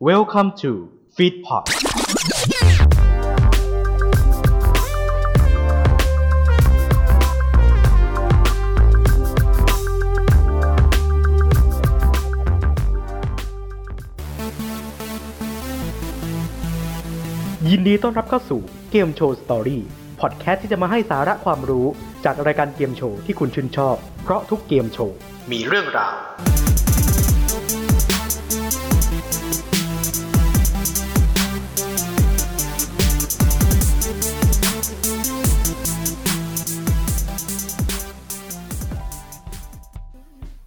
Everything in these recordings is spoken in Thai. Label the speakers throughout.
Speaker 1: Welcome to Feedpot ยินดีต้อนรับเข้าสู่เกมโชว์สตอรี่พอดแคสต์ที่จะมาให้สาระความรู้จากรายการเกมโชว์ที่คุณชื่นชอบ เพราะทุกเกมโชว์มีเรื่องราว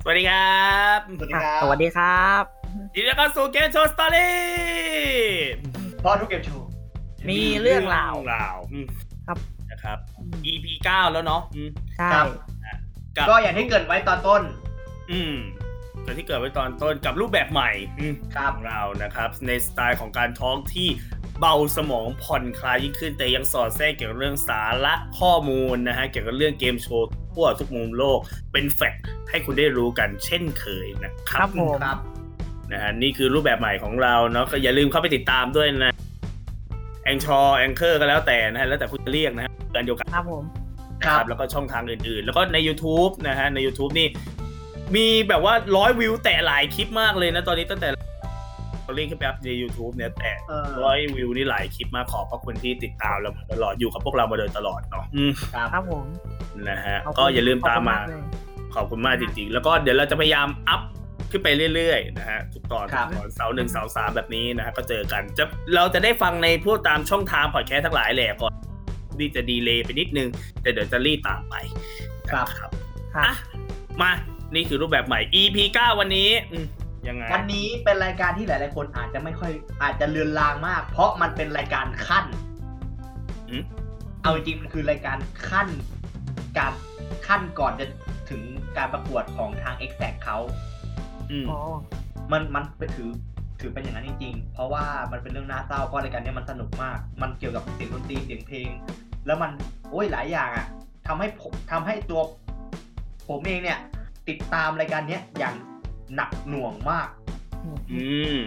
Speaker 2: สวัสดีครับ
Speaker 3: สวัสดีครับ
Speaker 4: สวัสดีครับ
Speaker 2: ยินดีต้อนรับสู่เกมโชว์สตอรี่
Speaker 3: พอดทุกเกมโชว์
Speaker 4: มีเรื่องราว
Speaker 2: ราวอืม
Speaker 4: ครับ
Speaker 2: นะครับ EP 9 แล้วเนาะอืม
Speaker 4: ใช่
Speaker 2: กับ
Speaker 3: ก็อย่างที่เกรินไว้ตอนต้น
Speaker 2: อืมแต่ที่เกิดไว้ตอนต้นกับรูปแบบใหม่อืม
Speaker 3: ครับ
Speaker 2: ของเรานะครับ ในสไตล์ของการทอล์กที่เบาสมองผ่อนคลายยิ่งขึ้น แต่ยังสอดแทรกเกี่ยวกับเรื่องสาระข้อมูลนะฮะเกี่ยวกับเรื่องเกมโชว์ทั่วทุกมุมโลกเป็นแฟกต์ให้คุณได้รู้กันเช่นเคยนะค
Speaker 4: ครับ รับผม
Speaker 3: ครับ
Speaker 2: นะฮะนี่คือรูปแบบใหม่ของเราเนาะก็อย่าลืมเข้าไปติดตามด้วยนะแองชอแองเกอร์ก็แล้วแต่นะฮะแล้วแต่คุณจะเรียกนะฮะกันเดียวกัน
Speaker 4: ครับผม
Speaker 2: นะ
Speaker 3: ค
Speaker 2: ค
Speaker 3: รั
Speaker 2: รั
Speaker 3: บบ
Speaker 2: แล้วก็ช่องทางอื่นๆ แล้วก็ใน YouTube นะฮะใน YouTube นี่ มีแบบว่าร้อยวิวแต่หลายคลิปมากเลยนะ ตอนนี้ตั้งแต่เราเรียกขึ้นไปอัพใน YouTube เนี่ยแต่
Speaker 3: เออ
Speaker 2: ร้อยวิวนี่หลายคลิปมากขอบพระคุณที่ติดตามเรามาตลอดอยู่กับพวกเรามาโดยตลอดเนาะอืม
Speaker 3: ครับ
Speaker 4: ครับผม
Speaker 2: นะฮะ
Speaker 4: ขบคุณ
Speaker 2: ก็อย่าลืมตามมา
Speaker 4: ขอบคุณกเลย
Speaker 2: ขอบคุณมากจริงๆ แล้วก็เดี๋ยวเราจะพยายามอัพขึ้นไปเรื่อยๆนะฮะทุกตอน
Speaker 3: ครับ
Speaker 2: ทุกตอนเสาร์หนึ่งเสาร์สามแบบนี้นะฮะก็เจอกันจะเราจะได้ฟังในพวกตามช่องทางพอดแคสต์ทั้งหลายแหละก่อนนี่จะดีเลยไปนิดนึง แต่เดี๋ยวจะรีบตามไป
Speaker 3: ครับ
Speaker 2: นะครับ
Speaker 4: ครับ
Speaker 2: อ่ะมา นี่คือรูปแบบใหม่ EP 9 วันนี้อืมยังไง
Speaker 3: วันนี้เป็นรายการที่หลาย ๆ คนอาจจะไม่ค่อยอาจจะเลือนลางมาก เพราะมันเป็นรายการขั้น
Speaker 2: อืม
Speaker 3: เอาจริงๆมันคือรายการขั้น การขั้นก่อนจะถึงการประกวดของทาง e x a c t เขา
Speaker 2: อืม
Speaker 4: อ๋อ
Speaker 3: มันมันไปถือถือเป็นอย่างนั้นจริง ๆ เพราะว่ามันเป็นเรื่องน่าเศร้าเพราะรายการเนี้ยมันสนุกมาก มันเกี่ยวกับเสียงดนตรีเสียงเพลง แล้วมันโอ้ยหลายอย่างอะทำให้ผมทำให้ตัวผมเองเนี่ย ติดตามรายการเนี้ยอย่างหนักหน่วงมาก
Speaker 2: อืม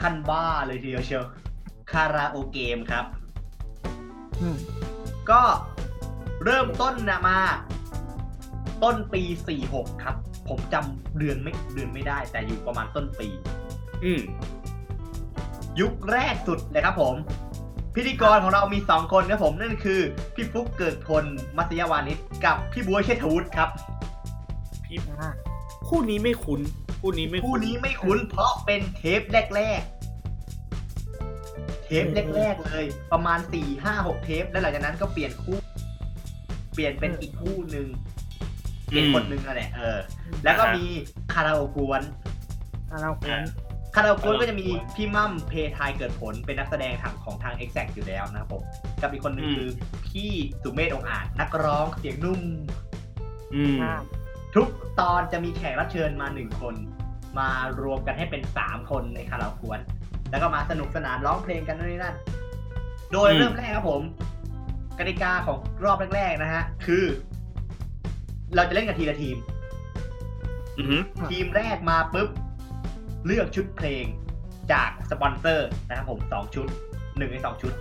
Speaker 3: ขั้นบ้าเลยทีเดียวเชียวคาราโอเกมครับ
Speaker 4: อืม
Speaker 3: ก็เริ่มต้นนะมา ต้นปี 46 ครับ ผมจำเดือนไม่เดือนไม่ได้ แต่อยู่ประมาณต้นปี
Speaker 2: อืม
Speaker 3: ยุคแรกสุดเลยครับผม พิธีกรของเรามี 2 คนครับผม นั่นคือ พี่ฟุ๊กเกิดพลมัสยาวานิชกับพี่บัวยเชษฐวุฒิครับ
Speaker 4: อ่า
Speaker 2: คู่นี้ไม่คุ้นคู่นี้ไม่
Speaker 3: คู่
Speaker 2: คุ้น
Speaker 3: นี้ไม่คุ้นเพราะเป็นเทปแรกๆ เทปแรกๆเลย ประมาณ 4 5 6 เทป แล้วหลังจากนั้นก็เปลี่ยนคู่ เปลี่ยนเป็นอีกคู่หนึ่ง เด็กคนหนึ่งนั่นแหละเออ แล้วก็มีคาราโอเกะกวน
Speaker 4: อ่ะเราคุ
Speaker 2: อ่ะ
Speaker 4: ณ
Speaker 3: คาราโอเกะกวนก็จะมี
Speaker 2: คาราโอเกะกวน
Speaker 3: พี่มั่มเพทายเกิดผลเป็นนักแสดงทางของทาง Exact อยู่แล้วนะครับผม กับอีกคนหนึ่ง
Speaker 2: อืม
Speaker 3: คือพี่สุเมธองค์อาจ นักร้องเสียงนุ่ม
Speaker 2: อืม
Speaker 4: อ่ะ
Speaker 3: ทุกตอนจะมีแขกรับเชิญมาหนึ่งคน มารวมกันให้เป็นสามคนในคาราโอเกะกวน แล้วก็มาสนุกสนานร้องเพลงกันนู่นนี่นั่น โดยเริ่มแรกครับผม กติกาของรอบแรกๆนะฮะ คือ เราจะเล่นกันทีละทีม
Speaker 2: อืม
Speaker 3: ทีมแรกมาปุ๊บ เลือกชุดเพลงจากสปอนเซอร์นะครับผมสองชุดหนึ่งในสองชุด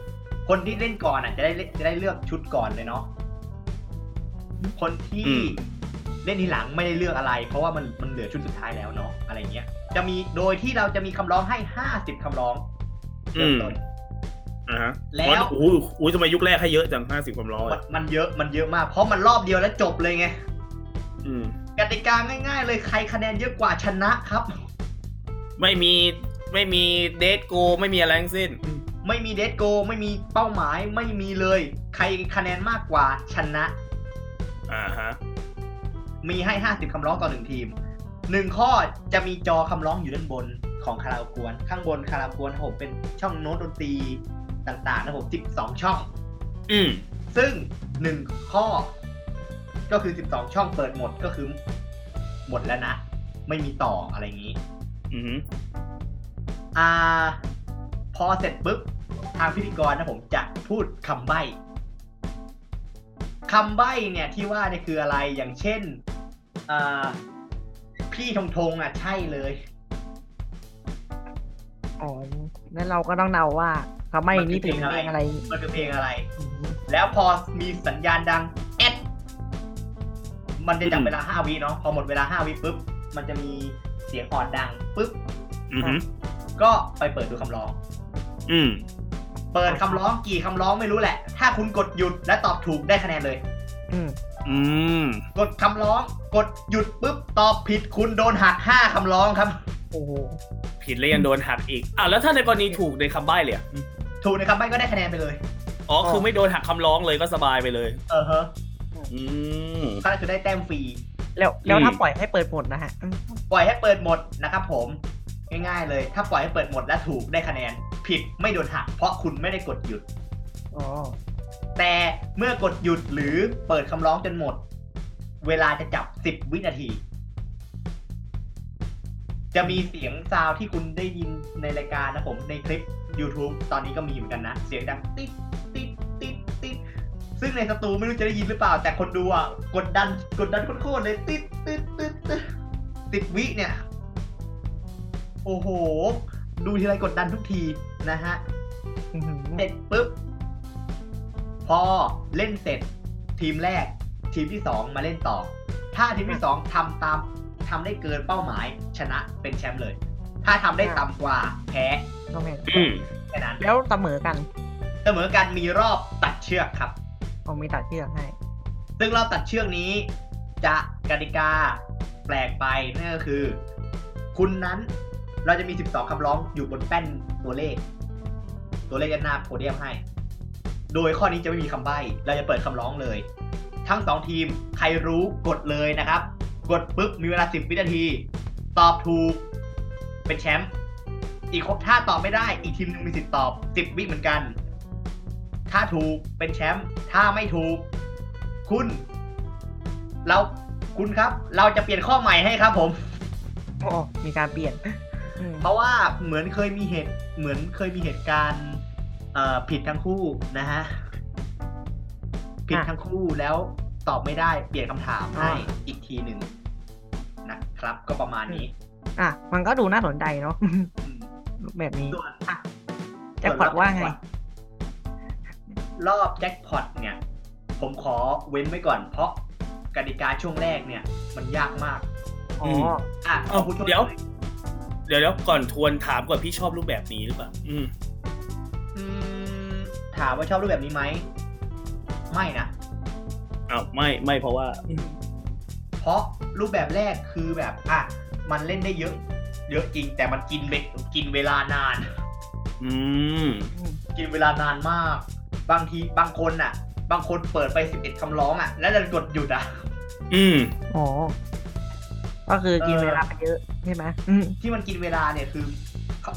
Speaker 3: คนที่เล่นก่อนอ่ะจะได้เล่นจะได้เลือกชุดก่อนเลยเนาะคนที่เล่นทีหลังไม่ได้เลือกอะไร เพราะว่ามันมันเหลือชุดสุดท้ายแล้วเนาะอะไรเงี้ย จะมีโดยที่เราจะมีคำร้องให้ห้าสิบคำร้อง
Speaker 2: อื
Speaker 3: เริ่ม
Speaker 2: ม
Speaker 3: ต้น
Speaker 2: อ่าฮะ
Speaker 3: แล้ว
Speaker 2: โอ้โหโอ้โหทำไมยุคแรกให้เยอะจังห้าสิบความร้อย
Speaker 3: มันมันเยอะมันเยอะมาก เพราะมันรอบเดียวแล้วจบเลยไง
Speaker 2: อืม
Speaker 3: กติกาง่าย ๆ เลยใครคะแนนเยอะกว่าชนะครับ
Speaker 2: ไม่มีไม่มีเดทโก ไม่มีอะไรทั้งสิ้น
Speaker 3: ไม่มีเดทโกไม่มีเป้าหมายไม่มีเลย ใครคะแนนมากกว่าชนะ
Speaker 2: อ่าฮะ
Speaker 3: มีให้ 50คำร้องต่อหนึ่งทีมหนึ่งข้อจะมีจอคำร้องอยู่ด้านบนของคาราโอเกวนข้างบนคาราโอเกวนผมเป็นช่องโน้ตดนตรีต่างๆนะผม12 ช่อง
Speaker 2: อืม
Speaker 3: ซึ่งหนึ่งข้อ ก็คือ 12 ช่องเปิดหมดก็คือ หมดแล้วนะ ไม่มีต่ออะไรอย่างนี้
Speaker 2: อืม
Speaker 3: อ่า พอเสร็จปุ๊บ ทางพิธีกรนะผมจะพูดคำใบ้คำใบ้เนี่ยที่ว่าเนี่ยคืออะไรอย่างเช่นอ่าพี่ธงธงอ่ะใช่เลย
Speaker 4: อ๋องั้นเราก็ต้องเดาว่าทำไมนี่เป็นเพลงอะไร
Speaker 5: มันเป็นเพลงอะไร แล้วพอมีสัญญาณดังแอดมันจะจับเวลาห้าวิเนาะพอหมดเวลาห้าวิปุ๊บมันจะมีเสียงออดดังปุ๊บ
Speaker 2: อือหือ
Speaker 5: ก็ไปเปิดดูคำร้อง
Speaker 2: อืม
Speaker 5: เปิดคำร้องกี่คำร้องไม่รู้แหละ ถ้าคุณกดหยุดและตอบถูกได้คะแนนเลย
Speaker 4: อืม
Speaker 2: อืม
Speaker 5: กดคำร้อง กดหยุดปุ๊บตอบผิดคุณโดนหักห้าคำร้องครับ
Speaker 4: โอ้โห
Speaker 2: ผิดแล้วยังโดนหักอีกอ่ะแล้วถ้าในกรณีถูกในคำใบ้เลยอะ
Speaker 5: ถูกในคำใบ้ก็ได้คะแนนไปเลย
Speaker 2: อ๋อคือไม่โดนหักคำร้องเลยก็สบายไปเลย
Speaker 5: เออฮะ
Speaker 2: อืม
Speaker 5: ก็คือได้แต้มฟรี
Speaker 4: แล้วแล้ว
Speaker 2: อืม
Speaker 4: ถ้าปล่อยให้เปิดหมดนะฮะอืม
Speaker 5: ปล่อยให้เปิดหมดนะครับผม ง่ายๆเลย ถ้าปล่อยให้เปิดหมดและถูกได้คะแนน ผิดไม่โดนหัก เพราะคุณไม่ได้กดหยุด
Speaker 4: อ๋อ
Speaker 5: แต่เมื่อกดหยุดหรือเปิดคำร้องจนหมด เวลาจะจับ 10 วินาที จะมีเสียงซาวด์ที่คุณได้ยินในรายการนะผมในคลิป YouTube ตอนนี้ก็มีเหมือนกันนะ เสียงดังติ๊ดติ๊ดติ๊ดติ๊ดซึ่งในสตูไม่รู้จะได้ยินหรือเปล่า แต่คนดูอ่ะกดดันกดดันโคตรๆเลยติ๊ดติ๊ดติ๊ดติ๊ดสิบวิเนี่ย โอ้โห ดูทีไรกดดันทุกทีนะฮะ
Speaker 4: อื้อหือ
Speaker 5: เสร็จปุ๊บ พอเล่นเสร็จ ทีมแรก ทีมที่สองมาเล่นต่อ ถ้าทีมที่สองทำตามทำได้เกินเป้าหมาย ชนะเป็นแชมป์เลย ถ้าทำได้ต่ำกว่า แพ้
Speaker 4: ต้องเห็น
Speaker 2: อืม
Speaker 5: แค่นั้น
Speaker 4: แล้วเสมอกัน
Speaker 5: เสมอกันมีรอบตัดเชือกครับ
Speaker 4: เอามีตัดเชือกให้
Speaker 5: ซึ่งรอบตัดเชือกนี้ จะกติกาแปลกไปนั่นก็คือ คุณนั้นเราจะมี 12คำร้องอยู่บนแป้นตัวเลข ตัวเลขยันหน้าโพเดียมให้ โดยข้อนี้จะไม่มีคำใบ้เราจะเปิดคำร้องเลย ทั้งสองทีมใครรู้กดเลยนะครับ กดปุ๊บมีเวลา 10 วินาที ตอบถูก เป็นแชมป์อีกคนถ้าตอบไม่ได้ อีกทีมหนึงมีสิทธิ์ตอบ 10 วิเหมือนกัน ถ้าถูกเป็นแชมป์ถ้าไม่ถูก คุณ เราคุณครับ เราจะเปลี่ยนข้อใหม่ให้ครับผม
Speaker 4: อ๋อ มีการเปลี่ยนอืม
Speaker 5: เพราะว่าเหมือนเคยมีเหตุเหมือนเคยมีเหตุการณ์เอ่อผิดทั้งคู่นะฮะ ผิดทั้งคู่แล้วตอบไม่ได้เปลี่ยนคำถามให้อีกทีหนึ่งนะครับ ก็ประมาณนี้
Speaker 4: อ่ะ มันก็ดูน่าสนใจเนาะ
Speaker 5: อืม
Speaker 4: แบบนี้
Speaker 5: ส่วนอ่ะ
Speaker 4: แจ็คพอตว่าไง
Speaker 5: รอบแจ็คพอตเนี่ย ผมขอเว้นไว้ก่อน เพราะกติกาช่วงแรกเนี่ย มันยากมาก
Speaker 4: อ๋อ
Speaker 5: อ่ะข
Speaker 2: เอา
Speaker 5: บคุณ
Speaker 2: เดี๋ยว เดี๋ยวเดี๋ยวก่อนทวนถามก่อนพี่ชอบรูปแบบนี้หรือเปล่าอืม
Speaker 5: อืมถามว่าชอบรูปแบบนี้ไหม ไม่นะ
Speaker 2: อ้าวไม่ไม่เพราะว่า
Speaker 5: เพราะรูปแบบแรกคือแบบ อ่ะ มันเล่นได้เยอะ เยอะจริง แต่มันกินเวกินเวลานาน
Speaker 2: อืม
Speaker 5: กินเวลานานมาก บางทีบางคนอ่ะ บางคนเปิดไป 11คำร้องอ่ะ แล้วดันกดหยุดอ่ะ
Speaker 2: อืม
Speaker 4: อ๋อ ก็คือกิน
Speaker 5: เออ
Speaker 4: เวลาไปเยอะใช่ไหมอืม
Speaker 5: ที่มันกินเวลาเนี่ยคือ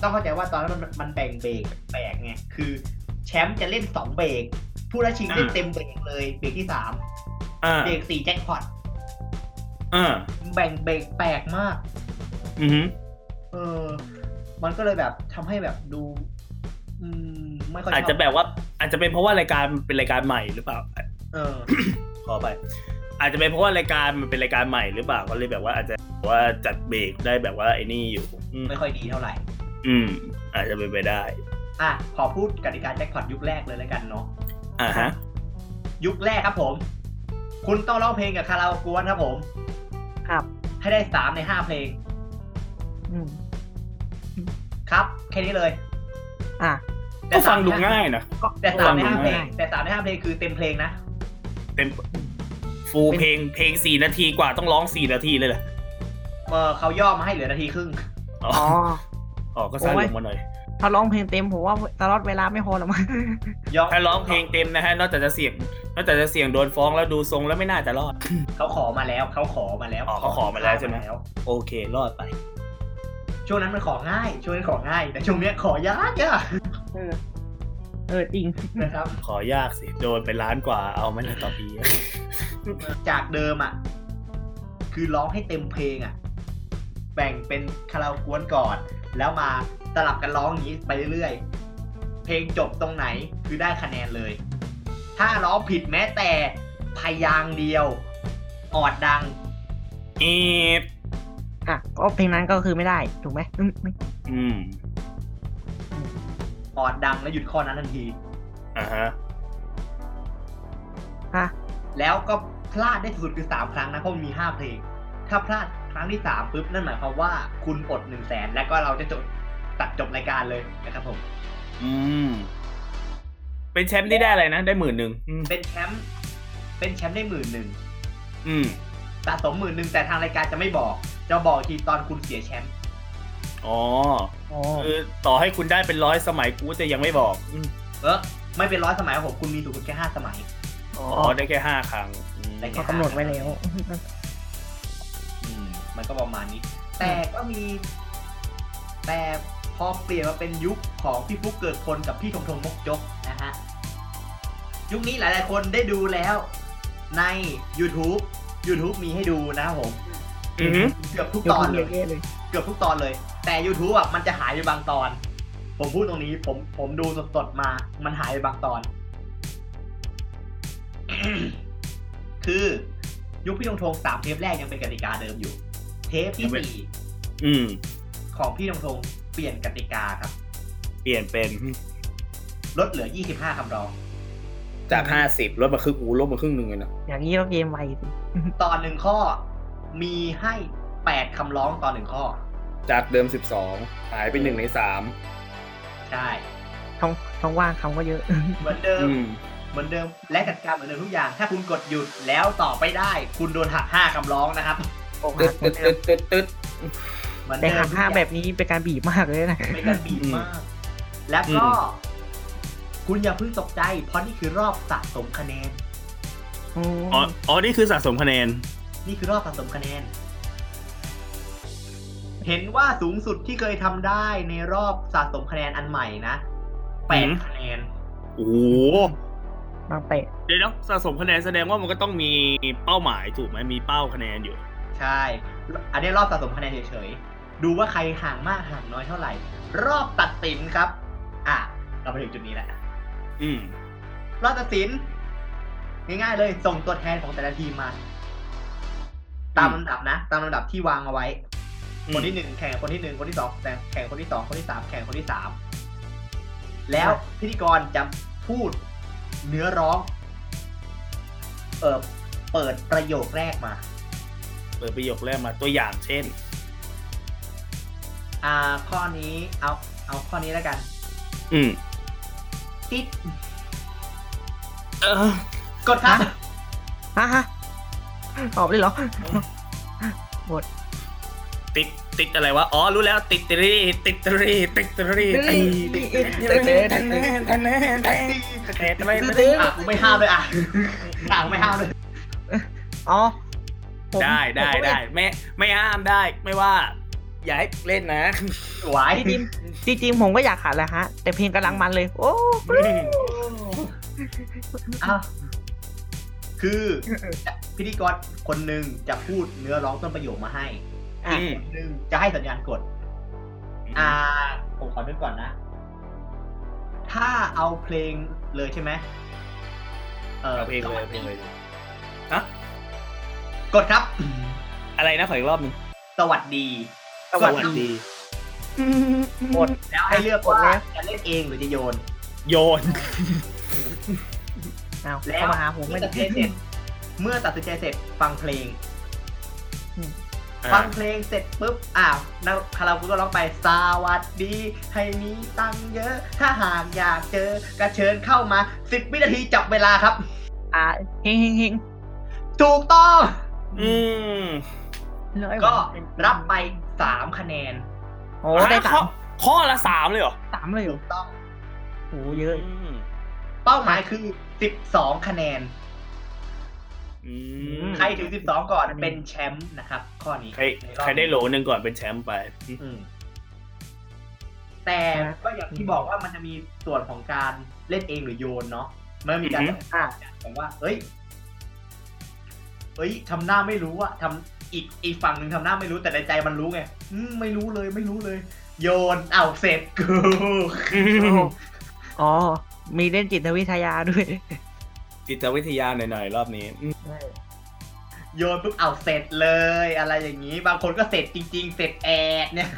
Speaker 5: ต้องเข้าใจว่าตอนนั้นมันมันแบ่งเบรกแบ่งไงคือ แชมป์จะเล่นสองเบรกผู้ราชิงเล่นเต็มเบรกเลยเบรกที่สาม
Speaker 2: อ่า
Speaker 5: เบรกสี่แจ็คพอต
Speaker 2: อ่า
Speaker 5: แบ่งเบรกแปลกมาก
Speaker 2: อือหือ
Speaker 5: เออ มันก็เลยแบบทำให้แบบดู อืม ไม่ค่อยช
Speaker 2: อาจจะแบบว่า อาจจะเป็นเพราะว่ารายการมันเป็นรายการใหม่หรือเปล่า
Speaker 5: เออ
Speaker 2: ขอไป อาจจะเป็นเพราะว่ารายการมันเป็นรายการใหม่หรือเปล่าก็เลยแบบว่าอาจจะว่าจัดเบรกได้แบบว่าไอ้นี่อยู่ อืม
Speaker 5: ไม่ค่อยดีเท่าไหร่
Speaker 2: อืม อาจจะเป็นไปได้
Speaker 5: อ่ะ ขอพูดกติกาแจ็คพอตยุคแรกเลยแล้วกันเนาะ
Speaker 2: อ่าฮะ
Speaker 5: ยุคแรกครับผม คุณต้องร้องเพลงกับคาราโอเกะกวนครับผม
Speaker 4: ครับ
Speaker 5: ให้ได้สามในห้าเพลง
Speaker 4: อืม
Speaker 5: ครับ แค่นี้เลย
Speaker 4: อ่ะ
Speaker 2: ก็ฟังดูง่ายนะ
Speaker 4: ก็
Speaker 5: แต่สามใน
Speaker 2: ฟั
Speaker 5: ห้าง
Speaker 2: ดู
Speaker 5: เพลง
Speaker 2: ง่าย
Speaker 5: แต่สามในห้าเพลงคือเต็มเพลงนะ
Speaker 2: เต็มฟูลเพลงเพลงสี่นาทีกว่าต้องร้องสี่นาทีเลยเหรอ
Speaker 5: เออเขาย่อมาให้เหลือนาทีครึ่ง
Speaker 2: อ๋อ
Speaker 4: อ๋อ
Speaker 2: อ๋อก็สั้นลงมาหน่อย
Speaker 4: ถ้าร้องเพลงเต็มผมว่าตลอดเวลาไม่พอหรอกมั้ง
Speaker 5: ย่อ
Speaker 2: ถ้าร้องเพลงเต็มนะฮะ นอกจากจะเสี่ยง นอกจากจะเสี่ยงโดนฟ้องแล้วดูทรงแล้วไม่น่าจะรอด
Speaker 5: เขาขอมาแล้ว เขาขอมาแล้ว
Speaker 2: อ๋อเขาขอมาแล้วใช่ไหม
Speaker 5: ขอา
Speaker 2: โอเค รอดไป
Speaker 5: ช่วงนั้นมันของ่าย ช่วงนี้ของ่าย แต่ช่วงเนี้ยขอยากยาก
Speaker 4: เออ เออจริง
Speaker 5: นะครับ
Speaker 2: ขอยากสิ โดนไปล้านกว่าเอาไหม่ละต่อปี
Speaker 5: จากเดิมอ่ะ คือร้องให้เต็มเพลงอ่ะ แบ่งเป็นคาราโอเกะกวนก่อน แล้วมาสลับกันร้องอย่างนี้ไปเรื่อยๆ เพลงจบตรงไหนคือได้คะแนนเลย ถ้าร้องผิดแม้แต่พยางค์เดียว ออดดัง
Speaker 2: อีด
Speaker 4: อ่ะก็เพลงนั้นก็คือไม่ได้ ถูกไหมอืม
Speaker 2: อืม
Speaker 5: อร์ดดังแล้วหยุดข้อนั้นทันที
Speaker 2: อ่าฮะ
Speaker 4: ฮะ
Speaker 5: แล้วก็พลาดได้สุดคือสามครั้งนะเพราะมันมีห้าเพลง ถ้าพลาดครั้งที่สามปุ๊บนั่นหมายความว่าคุณอดหนึ่งแสนแล้วก็เราจะจบตัดจบรายการเลยนะครับผม
Speaker 2: อืม เป็นแชมป์ที่ได้อะไรนะ ได้หมื่นหนึ่งอืม
Speaker 5: เป็นแชมป์เป็นแชมป์ได้หมื่นหนึ่ง
Speaker 2: อืม
Speaker 5: สะสมหมื่นหนึ่งแต่ทางรายการจะไม่บอก จะบอกทีตอนคุณเสียแชมป์
Speaker 2: อ๋อ
Speaker 4: โอ้
Speaker 2: คือต่อให้คุณได้เป็นร้อยสมัยกูจะยังไม่บอกอืม
Speaker 5: เออไม่เป็นร้อยสมัยของผมคุณมีสูงสุดแค่ห้าสมัย
Speaker 2: อ๋อได้แค่ห้าครั้งอืม
Speaker 5: ได้แค่
Speaker 4: เขากำหนดไว้แล้ว
Speaker 5: อืมมันก็ประมาณนี้ แต่ก็มี แต่พอเปลี่ยนมาเป็นยุคของพี่ฟุกเกิดคนกับพี่ธงธงมกจกนะฮะ ยุคนี้หลายๆคนได้ดูแล้วใน YouTube YouTube มีให้ดูนะครับผม
Speaker 2: อือหือ
Speaker 5: เกือบทุก
Speaker 4: เดี๋ย
Speaker 5: ต
Speaker 4: ว
Speaker 5: อน
Speaker 4: คุณ
Speaker 5: เล
Speaker 4: เย
Speaker 5: ย
Speaker 4: อะๆเลย
Speaker 5: เกือบทุกตอนเลย แต่ YouTube อ่ะมันจะหายไปบางตอน ผมพูดตรงนี้ผมผมดูสดๆมา มันหายไปบางตอน คือยุคพี่ธงธงสามเทปแรกยังเป็นกติกาเดิมอยู่ เทปที่สี่
Speaker 2: อืม
Speaker 5: ของพี่ธงธงเปลี่ยนกติกาครับ
Speaker 2: เปลี่ยนเป็น
Speaker 5: ลดเหลือ 25คำร้อง
Speaker 2: จากห้าสิบลดมาครึ่งอูลดมาครึ่งหนึ่งเลยนะ
Speaker 4: อย่างนี้เราเกมไวสิ
Speaker 5: ตอนหนึ่งข้อมีให้ 8คำร้องตอนหนึ่งข้อ
Speaker 2: จากเดิมสิบสองหายไปหนึ่งในสาม
Speaker 5: ใช่
Speaker 4: ช่องช่องว่างคำก็เยอะ
Speaker 5: เหมือนเดิม
Speaker 2: อืม
Speaker 5: เหมือนเดิม และจัดการเหมือนเดิมทุกอย่าง ถ้าคุณกดหยุดแล้วต่อไปได้ คุณโดนหัก5คำร้องนะครับ
Speaker 4: โอ้โห
Speaker 2: ตึ๊ดตึ๊ดตึ๊ดตึ๊ดตึ๊ด
Speaker 5: เหมือน
Speaker 4: แต่
Speaker 5: เดิม
Speaker 4: หักห้า
Speaker 5: ทุกอย่ง
Speaker 4: แบบนี้เป็นการบีบมากเลยนะ
Speaker 5: ไม่กันบีบมาก แล้วก็ คุณอย่าเพิ่งตกใจ เพราะนี่คือรอบสะสมคะแนน
Speaker 4: อ๋
Speaker 2: อ๋อ
Speaker 4: อ
Speaker 2: อ๋อ นี่คือสะสมคะแนน
Speaker 5: นี่คือรอบสะสมคะแนน เห็นว่าสูงสุดที่เคยทำได้ในรอบสะสมคะแนนอันใหม่นะแปด
Speaker 2: อืม
Speaker 5: คะแนน
Speaker 2: โอ้โห
Speaker 4: บางเตะ
Speaker 2: เดี๋ยวนะสะสมคะแนนแสดงว่ามันก็ต้องมีเป้าหมายถูกไหมมีเป้าคะแนนอยู่
Speaker 5: ใช่ อันนี้รอบสะสมคะแนนเฉยๆ ดูว่าใครห่างมากห่างน้อยเท่าไหร่ รอบตัดสินครับ อ่ะ เราไปถึงจุดนี้แหละ
Speaker 2: อืม
Speaker 5: รอบตัดสินง่ายๆเลย ส่งตัวแทนของแต่ละทีมมา ตามลำดับนะ ตามลำดับที่วางเอาไว้
Speaker 2: อืม
Speaker 5: คนที่หนึ่งแข่งกับคนที่หนึ่งคนที่สองแข่งแข่งคนที่สองคนที่สามแข่งคนที่สามแล้วพิธีกรจะพูดเนื้อร้อง เออเปิดประโยคแรกมา
Speaker 2: เปิดประโยคแรกมาตัวอย่างเช่น
Speaker 5: อ่า ข้อนี้เอาเอาข้อนี้แล้วกัน
Speaker 2: อืม
Speaker 5: ติ๊ด
Speaker 2: เออก
Speaker 5: ดครับ
Speaker 4: ฮะฮะตอบเลยเหรอ
Speaker 2: ติดติดอะไรวะ อ๋อ รู้แล้ว ติดตรีติดตรีติดตรีติด
Speaker 5: อ่ะกูไม่ห้ามเลยอ่ะอ่ะกูไม่ห้ามเลย
Speaker 4: อ๋อผม
Speaker 2: ได้ได้ได้ไม่ไม่ห้ามได้ไม่ว่า อย่าให้เล่นนะ
Speaker 5: ไหว
Speaker 4: ผมก็จริงจริงจริงๆผมก็อยากขัดแหละฮะ แต่เพลงกำลังมันเลย โอ้ปรึ๊ด
Speaker 5: อ่ะคือพิธีกรคนหนึ่งจะพูดเนื้อร้องต้นประโยคมาให้
Speaker 4: อ่ะ
Speaker 2: อืม
Speaker 5: หนึ่งจะให้สัญญาณกด อ่า ผมขอนึกก่อนนะ ถ้าเอาเพลงเลยใช่ไหม
Speaker 2: เอาเพลงเลยเอาเพลงเลยอะ
Speaker 5: กดครับ
Speaker 2: อะไรนะขออีกรอบหนึง
Speaker 5: สวัสดี
Speaker 4: สวัสดี
Speaker 2: ดี
Speaker 4: หมด
Speaker 5: แล้วให้เลือก
Speaker 4: กด
Speaker 5: ว่า
Speaker 4: แล้ว
Speaker 5: จะเล่นเองหรือจะโยน
Speaker 2: โยน
Speaker 4: เอา
Speaker 5: แล้ว
Speaker 4: เข้ามาหาผม
Speaker 5: เมื่
Speaker 4: ไม่ได้
Speaker 5: อตัดสินใจเสร็จ เมื่อตัดสินใจเสร็จฟังเพลง ฟั
Speaker 2: อ่ะ
Speaker 5: งเพลงเสร็จปุ๊บ อ้าวนักคาราบุก็ร้องไป สวัสดี ให้มีตังค์เยอะ ถ้าหากอยากเจอก็เชิญเข้ามา 10 วินาทีจับเวลาครับ
Speaker 4: อ่าเฮงเฮงเฮง
Speaker 5: ถูกต้อง
Speaker 2: อืม
Speaker 4: เลย
Speaker 5: ก็รับไป 3 คะแนน
Speaker 4: โอ้ได้สา
Speaker 2: อ่ะ
Speaker 4: ม
Speaker 2: ข้อข้อละสามเลยเหรอ
Speaker 4: สามเลยเหร
Speaker 5: ถู
Speaker 4: อก
Speaker 5: ต้อง
Speaker 4: โอ้เยอะ
Speaker 2: อืม
Speaker 5: เป้าหมายคือ 12 คะแนน
Speaker 2: อืม
Speaker 5: ใครถึง 12 ก่อน
Speaker 4: คะแนน
Speaker 5: เป็นแชมป์นะครับ ข้อนี้
Speaker 2: ใครใครได้โหลหนึ่งก่อนเป็นแชมป์ไป
Speaker 5: อืมแต่ก็อย่างที่บอกว่ามันจะมีส่วนของการเล่นเองหรือโยนเนาะมันมีการ
Speaker 2: อือฮึ
Speaker 4: อ่ะ
Speaker 5: แบบว่า เอ้ย เอ้ยทำหน้าไม่รู้อะทำอีกอีกฝั่งหนึ่งทำหน้าไม่รู้แต่ในใจมันรู้ไงอืมไม่รู้เลยไม่รู้เลย โยนเอาเสร็จ กู
Speaker 4: อ๋อ มีเล่นจิตวิทยาด้วย
Speaker 2: จิตวิทยาหน่อยๆ รอบนี้อืม
Speaker 5: โยนปุ๊บเอาเสร็จเลย อะไรอย่างนี้ บางคนก็เสร็จจริง ๆ เสร็จแอดเนี่ย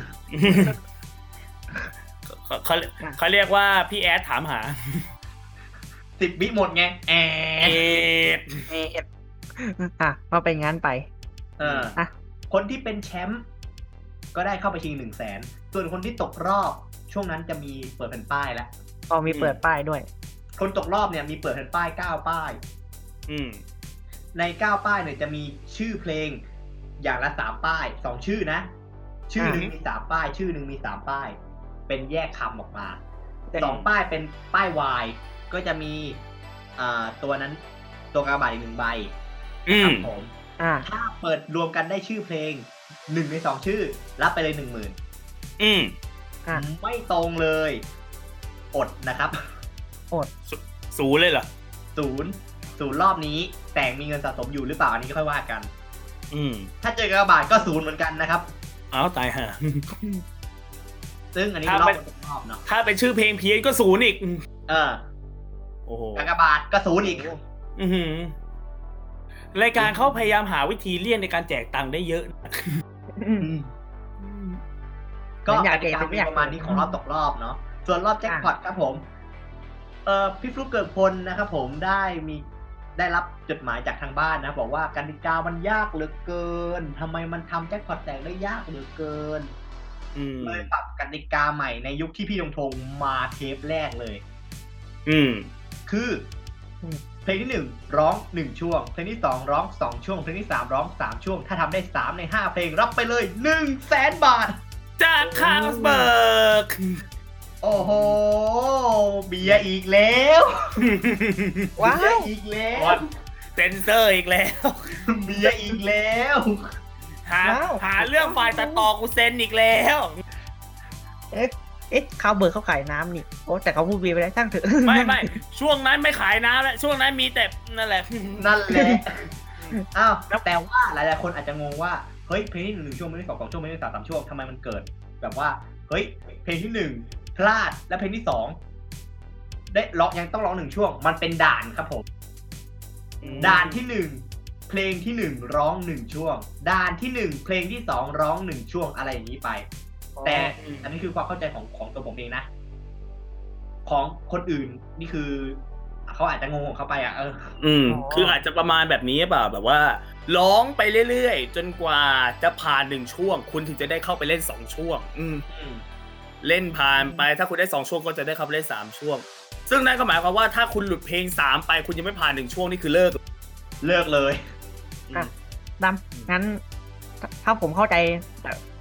Speaker 2: เข เขาเขาเขาเรียกว่าพี่แอดถามหา
Speaker 5: สิบวิหมดไงแอ
Speaker 2: แอ
Speaker 5: ด
Speaker 2: ด
Speaker 4: เอ็ดอ่ะก็ไปงั้นไป
Speaker 5: เออ
Speaker 4: อ่ะ
Speaker 5: คนที่เป็นแชมป์ก็ได้เข้าไปชิงหนึ่งแสนส่วนคนที่ตกรอบช่วงนั้นจะมีเปิดแผ่นป้ายแล้ว
Speaker 4: ก็มีเปิดป้ายด้วย
Speaker 5: คนตกรอบเนี่ยมีเปิดแผ่นป้ายเก้าป้าย
Speaker 2: อืม
Speaker 5: ในเก้าป้ายเนี่ยจะมีชื่อเพลง อย่างละสามป้ายสองชื่อนะ ชื่อหนึ่งมีสามป้าย ชื่อหนึ่งมีสามป้าย เป็นแยกคำออกมาสองป้ายเป็นป้ายวายก็จะมีอ่าตัวนั้นตัวกระบาดอีกหนึ่งใบ
Speaker 2: อื
Speaker 5: ค
Speaker 2: ม
Speaker 5: รับผม
Speaker 4: อ่ะ
Speaker 5: ถ้าเปิดรวมกันได้ชื่อเพลงหนึ่งในสองชื่อ รับไปเลยหนึ่งหมื่น
Speaker 2: อืม
Speaker 4: อ่ะ
Speaker 5: ไม่ตรงเลยอดนะครับ
Speaker 2: ศูนย์เลยเหรอ
Speaker 5: ศูนย์ศูนย์รอบนี้ แต่มีเงินสะสมอยู่หรือเปล่าอันนี้ก็ค่อยว่ากัน
Speaker 2: อืม
Speaker 5: ถ้าเจอกระบาดก็ศูนย์เหมือนกันนะครับ
Speaker 2: อ้าวตายห่า
Speaker 5: ซึ่งอันนี้
Speaker 2: ครับ
Speaker 5: รอบ
Speaker 2: มัน
Speaker 5: รอบเนาะ
Speaker 2: ถ้าเป็นชื่อเพลงเพี้ยนก็ศูนย์อีกอืม
Speaker 5: เออ
Speaker 2: โอ้โห
Speaker 5: กากบาทก็ศูนย์อีก
Speaker 2: อือหือรายการเขาพยายามหาวิธีเลี่ยงในการแจกตังค์ได้เยอะนะ
Speaker 4: อืม
Speaker 5: ก็
Speaker 4: อยาก
Speaker 5: าก
Speaker 4: เห็
Speaker 5: ติ
Speaker 4: น
Speaker 5: กา
Speaker 4: ผม
Speaker 5: มี
Speaker 4: อยาก
Speaker 5: ประมาณนี้ของรอบตกรอบเนาะส่วนรอบแจ็คพอตครับผม เอ่อพี่ฟลุกเกิดพลนะครับผมได้มีได้รับจดหมายจากทางบ้านนะ บอกว่ากติกามันยากเหลือเกินทำไมมันทำแจ็คพอตแตกได้ยากเหลือเกิน
Speaker 2: อืม
Speaker 5: เลยปรับกติกาใหม่ในยุคที่พี่ธงธงมาเทปแรกเลย
Speaker 2: อืม
Speaker 5: คืออ
Speaker 4: ม
Speaker 5: เพลงที่หนึ่งร้องหนึ่งช่วง เพลงที่สองร้องสองช่วง เพลงที่สามร้องสามช่วง ถ้าทำได้สามในห้าเพลงรับไปเลยหนึ่งแสนบาท
Speaker 2: จากคาสเบิร์ก
Speaker 5: โอ้โห เบียร์อีกแล้ว
Speaker 4: ว้า
Speaker 5: เบียว ร์อีกแล้ว
Speaker 2: เซนเซอร์อีกแล้ว
Speaker 5: เบียร์อีกแล้ว
Speaker 2: หา
Speaker 4: ว้าว
Speaker 2: หาเรื่องฝ่ายตัดต่อกูเซนอีกแล้ว
Speaker 4: เอ๊ะข้าวเบอร์เขาขายน้ำนี่โอ้แต่เขาพูดเบียร์ไปแล้วช่างเถอะ
Speaker 2: ไม่ไม่ช่วงนั้นไม่ขายน้ำแล้วช่วงนั้นมีแต่นั่นแหละ
Speaker 5: นั่นแหละ อ้าว แต่ว่าหลายๆคนอาจจะงงว่า เฮ้ย เพลงที่หนึ่งช่วงเพลงที่สองสองช่วงเพลงที่สามสามช่วงทำไมมันเกิด แบบว่า เฮ้ย เพลงที่หนึ่งพลาด และเพลงที่สองได้ร้องยังต้องร้องหนึ่งช่วง มันเป็นด่านครับผม ด่านที่หนึ่งเพลงที่หนึ่งร้องหนึ่งช่วง ด่านที่หนึ่งเพลงที่สองร้องหนึ่งช่วงอะไรอย่างนี้ไป แต่
Speaker 2: อืม
Speaker 5: อันนี้คือความเข้าใจของของตัวผมเองนะ ของคนอื่นนี่คือ เขาอาจจะงงของเขาไปอ่ะเออ
Speaker 2: อืม คืออาจจะประมาณแบบนี้เปล่าแบบว่า ร้องไปเรื่อยๆ จนกว่าจะผ่านหนึ่งช่วง คุณถึงจะได้เข้าไปเล่นสองช่วง อืม
Speaker 5: อืม
Speaker 2: เล่นผ่านไปถ้าคุณได้ 2 ช่วงก็จะได้ครับเล่น3ช่วง ซึ่งนั่นก็หมายความว่าถ้าคุณหลุดเพลง 3 ไปคุณยังไม่ผ่าน 1 ช่วงนี่คือเลิก
Speaker 5: เลิกเลย
Speaker 4: ดำงั้น ถ้าผมเข้าใจ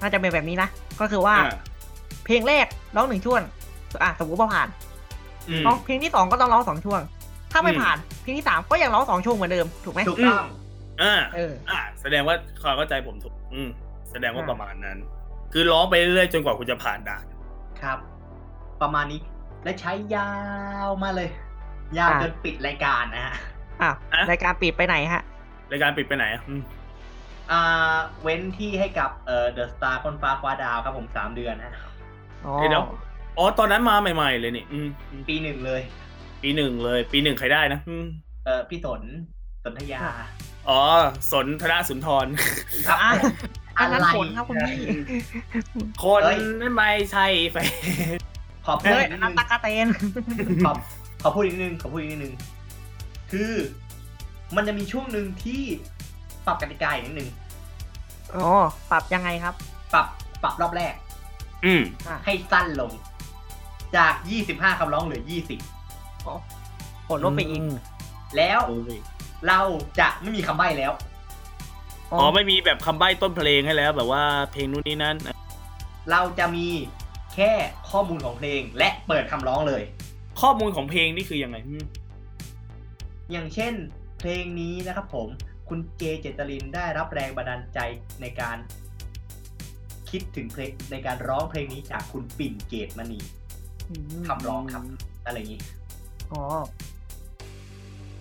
Speaker 4: น่าจะเป็นแบบนี้นะ ก็คือว่า
Speaker 2: อ่า
Speaker 4: เพลงแรกร้องหนึ่งช่วงอ่ะสมมติว่าผ่าน
Speaker 5: อืม
Speaker 4: ร้องเพลงที่สองก็ต้องร้องสองช่วง ถ้าไม่ผ่านเพลงที่สามก็ยังร้องสองช่วงเหมือนเดิมถูกไหม
Speaker 5: ถูกต้อง
Speaker 2: อ่า
Speaker 4: เออ
Speaker 2: อ่าแสดงว่าความเข้าใจผมถูกอืมแสดงว่าประมาณนั้น คือร้องไปเรื่อยๆจนกว่าคุณจะผ่านด่าน
Speaker 5: ครับ ประมาณนี้ และใช้ยาวมาเลย ยาว
Speaker 4: อ่ะ
Speaker 5: จนปิดรายการนะฮะ
Speaker 4: อ้าว
Speaker 2: อ่ะ
Speaker 4: รายการปิดไปไหนฮะ
Speaker 2: รายการปิดไปไหนอะอืม
Speaker 5: อ่า เว้นที่ให้กับเอ่อเดอะสตาร์คนฟ้าคว้าดาวครับผมสามเดือนนะ
Speaker 4: อ๋อ
Speaker 2: เดี๋ยวอ๋อตอนนั้นมาใหม่ ๆ เลยนี่อืมอืม
Speaker 5: ปีหนึ่งเลย
Speaker 2: ปีหนึ่งเลย ปีหนึ่งใครได้นะอืม
Speaker 5: เอ่อพี่สนสนธยา
Speaker 2: อ๋อสนธนาสุนทร
Speaker 5: ครับ
Speaker 4: อ่ะ
Speaker 5: ผม
Speaker 4: อันนั้น
Speaker 5: ไร
Speaker 4: ผลครับคุณพี่
Speaker 2: คนนั้นไม่ใช่แฟน
Speaker 5: ขอบคุณ
Speaker 4: เฮ้ย
Speaker 5: อีก
Speaker 4: อั
Speaker 5: นิ
Speaker 4: น
Speaker 5: ด
Speaker 4: นั้
Speaker 5: นึ
Speaker 4: น
Speaker 5: ง
Speaker 4: ตะกะเตน
Speaker 5: ขอขอพูดอีกนิดนึงขอพูดอีกนิดนึง คือมันจะมีช่วงหนึ่งที่ปรับกติกาอีกนิดนึง
Speaker 4: อ๋อ ปรับยังไงครับ
Speaker 5: ปรับปรับรอบแรก
Speaker 2: อืม
Speaker 5: ให้สั้นลง จาก 25คำร้องเหลือ
Speaker 4: ผลลบไปอีก
Speaker 5: 20 แล้ว
Speaker 2: โอ้ย
Speaker 5: เราจะไม่มีคำใบ้แล้ว
Speaker 4: อ๋
Speaker 2: อ๋
Speaker 4: อ
Speaker 2: อ
Speaker 4: อ
Speaker 2: ไม่มีแบบคำใบ้ต้นเพลงให้แล้ว แบบว่าเพลงนู้นนี่นั่น
Speaker 5: เราจะมีแค่ข้อมูลของเพลงและเปิดคำร้องเลย
Speaker 2: ข้อมูลของเพลงนี่คือยังไงอืม
Speaker 5: อย่างเช่น เพลงนี้นะครับผม คุณเจเจตลินได้รับแรงบันดาลใจในการ คิดถึงเพลงในการร้องเพลงนี้จากคุณปิ่นเกตมณี คำร้องครับ อะไรอย่างนี้
Speaker 4: อ๋อ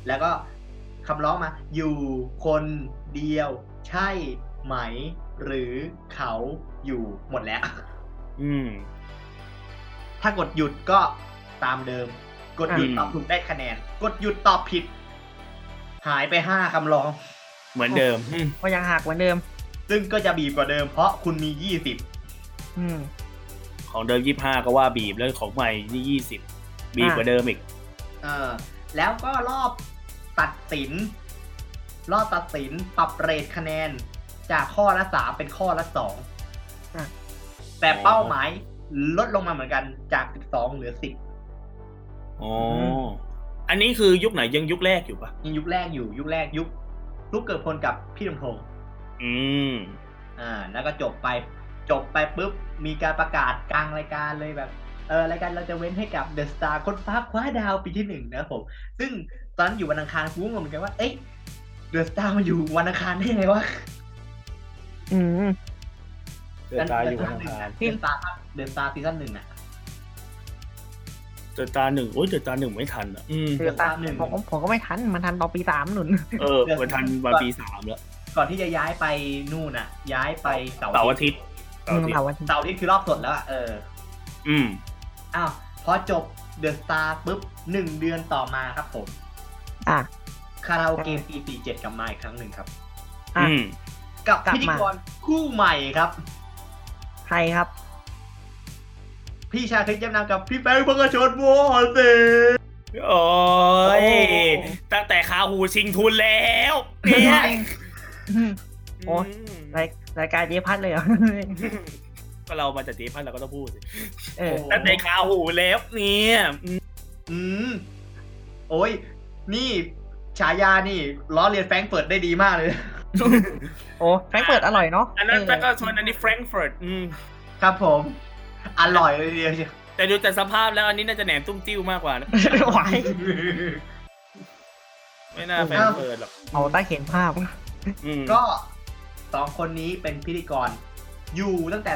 Speaker 5: แล้วก็คำร้องมา อยู่คนเดียว ใช่ไหม หรือเขาอยู่หมดแล้ว
Speaker 2: อืม
Speaker 5: ถ้ากดหยุดก็ตามเดิม กดหยุด
Speaker 2: อืม
Speaker 5: ตอบถูกได้คะแนน กดหยุดตอบผิด หายไปห้าคำร้อง
Speaker 2: เหมือนเดิมอืม
Speaker 4: ก็ยังหักเหมือนเดิม
Speaker 5: ซึ่งก็จะบีบกว่าเดิมเพราะคุณมี
Speaker 4: อืม
Speaker 2: ของเดิมยี่ห้าก็ว่าบีบแล้วของใหม่นี่ยี่สิบบีบกว่าเดิมอีก
Speaker 5: เออแล้วก็รอบตัดสิน รอบตัดสินปรับเรทคะแนนจากข้อละสามเป็นข้อละสอง
Speaker 4: อ่ะ
Speaker 5: แต่เป้าหมายลดลงมาเหมือนกันจากสิบสองเหลือสิบ
Speaker 2: อ๋อออันนี้คือยุคไหนยังยุคแรกอยู่ปะ
Speaker 5: ยังยุคแรกอยู่ยุคแรกยุคลูกเกิดพลกับพี่ลำโพง
Speaker 2: อืม
Speaker 5: อ่าแล้วก็จบไปจบไปปุ๊บ มีการประกาศกลางรายการเลยแบบ เออรายการเราจะเว้นให้กับเดอะสตาร์คนฟ้าคว้าดาวปีที่หนึ่งนะครับผม ซึ่งตอนนั้นอยู่วันอังคารกูงงเหมือนกันว่า เอ๊ะเดอะสตาร์มันอยู่วันอังคารได้ยังไงวะ
Speaker 4: อืม
Speaker 2: เดอะสตาร์อยู่วันอังคาร
Speaker 5: เดอะสตาร์เดอะสตาร์ซีซั่นหนึ่งอะ
Speaker 2: เดอะตาร์หนึ่งโอ้ยเดอะตาร์หนึ่งไม่ทันอ่ะอืม
Speaker 5: เดือนตามหนึ่ง
Speaker 4: ผมก็ผมก็ไม่ทัน มันทันตอนปีสามหนุน
Speaker 2: เออมาทันวันปีสามแล้ว
Speaker 5: ก่อนที่จะย้ายไปนู่นอะย้ายไปเสาร์
Speaker 2: เสาร์
Speaker 5: อา
Speaker 2: อา
Speaker 5: ทิตย์
Speaker 2: ทิตย์ เสาร์อาทิตย์
Speaker 4: เราวันที่
Speaker 5: เสาร์อาทิตย์คือรอบสดแล้วอะเออ
Speaker 2: อืม
Speaker 5: อ้าวพอจบเดอะสตาร์ปุ๊บหนึ่งเดือนต่อมาครับผม
Speaker 4: อ่ะ
Speaker 5: คาราโอเกะปีสี่เจ็ดกลับมาอีกครั้งหนึ่งครับ
Speaker 4: อ่ะ
Speaker 2: อืม
Speaker 5: กับ
Speaker 4: กลับ
Speaker 5: พิธี
Speaker 4: มา
Speaker 5: กรคู่ใหม่ครับ
Speaker 4: ใครครับ
Speaker 5: พี่ชาคริสแย้ำนำกับพี่แป้งพักชนโมฮอนเซ
Speaker 2: โอ้ย
Speaker 4: โอ้
Speaker 2: ตั้งแต่คาหูชิงทุนแล้วเนี่
Speaker 4: ใค
Speaker 2: ย
Speaker 4: ร โอ้ย รายรายการเจพัดเลยเหรอ
Speaker 2: ก็เรามาจากเจพันเราก็ต้องพูดสิ
Speaker 4: เออ
Speaker 2: ตั้งแต่คาหูแล้วเนี่ยอืม
Speaker 5: อืม โอ้ย นี่ฉายานี่ล้อเลียนแฟรงก์เฟิร์ตได้ดีมากเลย
Speaker 4: โอ้แฟรงก์เปิดอร่อยเนาะ
Speaker 2: อันนั้น
Speaker 4: เ
Speaker 2: แฟก็ชนอันนี้แฟรงก์เฟิร์ตอืม
Speaker 5: ครับผม อร่อยเลยทีเดียวเชียว
Speaker 2: แต่ดูจากสภาพแล้วอันนี้น่าจะแหนมตุ้มจิ้วมากกว่านะ
Speaker 4: ไหว
Speaker 2: ไม่น่าแฟรงก์เฟิร์ตหรอก
Speaker 4: เอาใต้เขียนภาพ
Speaker 2: อืม
Speaker 5: ก็สองคนนี้เป็นพิธีกร อยู่ตั้งแต่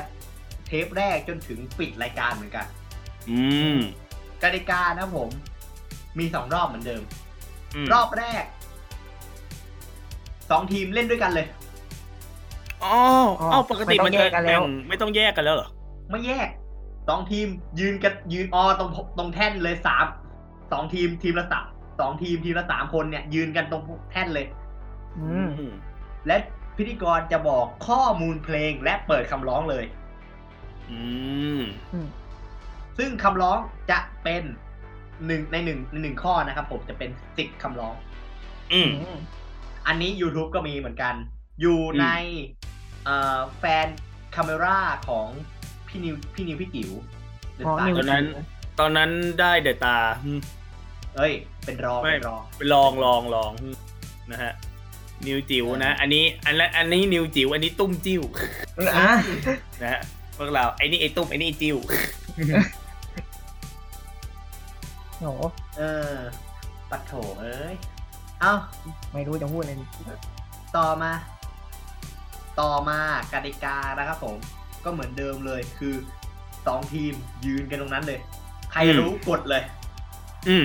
Speaker 5: เทปแรกจนถึงปิดรายการเหมือนกัน
Speaker 2: อืม
Speaker 5: กติกานะผม มีสองรอบเหมือนเดิม
Speaker 2: อืม
Speaker 5: รอบแรกสองทีมเล่นด้วยกันเลย
Speaker 2: อ๋ออ๋อปกติมันจะ
Speaker 4: ไม่ต้องแยกกันแล้ว
Speaker 2: แข่งไม่ต้องแยกกันแล้วเหรอ
Speaker 5: ไม่แยกสองทีมยืนกันยืนออตรงตรงแท่นเลยสามสองทีมทีมละสามสองทีมทีมละสามคนเนี่ย ยืนกันตรงแท่นเลย
Speaker 4: อืม
Speaker 2: อืม
Speaker 5: และพิธีกรจะบอกข้อมูลเพลงและเปิดคำร้องเลย
Speaker 2: อืม
Speaker 5: ซึ่งคำร้องจะเป็นหนึ่งในหนึ่งในหนึ่งข้อนะครับผมจะเป็นสิบคำร้อง
Speaker 2: อืม
Speaker 5: อันนี้ YouTube ก็มีเหมือนกัน อยู่ในเอ่อแฟนคาเมราของพี่นิวพี่นิวพี่จิ๋ว The
Speaker 4: อ๋อ
Speaker 5: Star
Speaker 4: นิว
Speaker 2: ตอนนั้น ตอนนั้นได้เดอะตาอืม
Speaker 5: เอ้ย เป็นรอง
Speaker 2: ไม่
Speaker 5: เป็นรอง
Speaker 2: ไปลองลองลองนะฮะ นิวจิ๋วนะ อันนี้อันละอันนี้นิวจิ๋วอันนี้ตุ้มจิ้ว
Speaker 4: อ่ะ
Speaker 2: นะฮะพวกเราไอ้นี่ไอ้ตุ้มไอ้นี่ไอ้จิ้ว
Speaker 4: โอ้โห
Speaker 5: เออ ปัดโถเอ้ย เอา
Speaker 4: ไม่รู้จะพูดอะไรดี
Speaker 5: ต่อมา ต่อมากติกานะครับผม ก็เหมือนเดิมเลยคือสองทีมยืนกันตรงนั้นเลย ใครรู้กดเลย
Speaker 2: อืม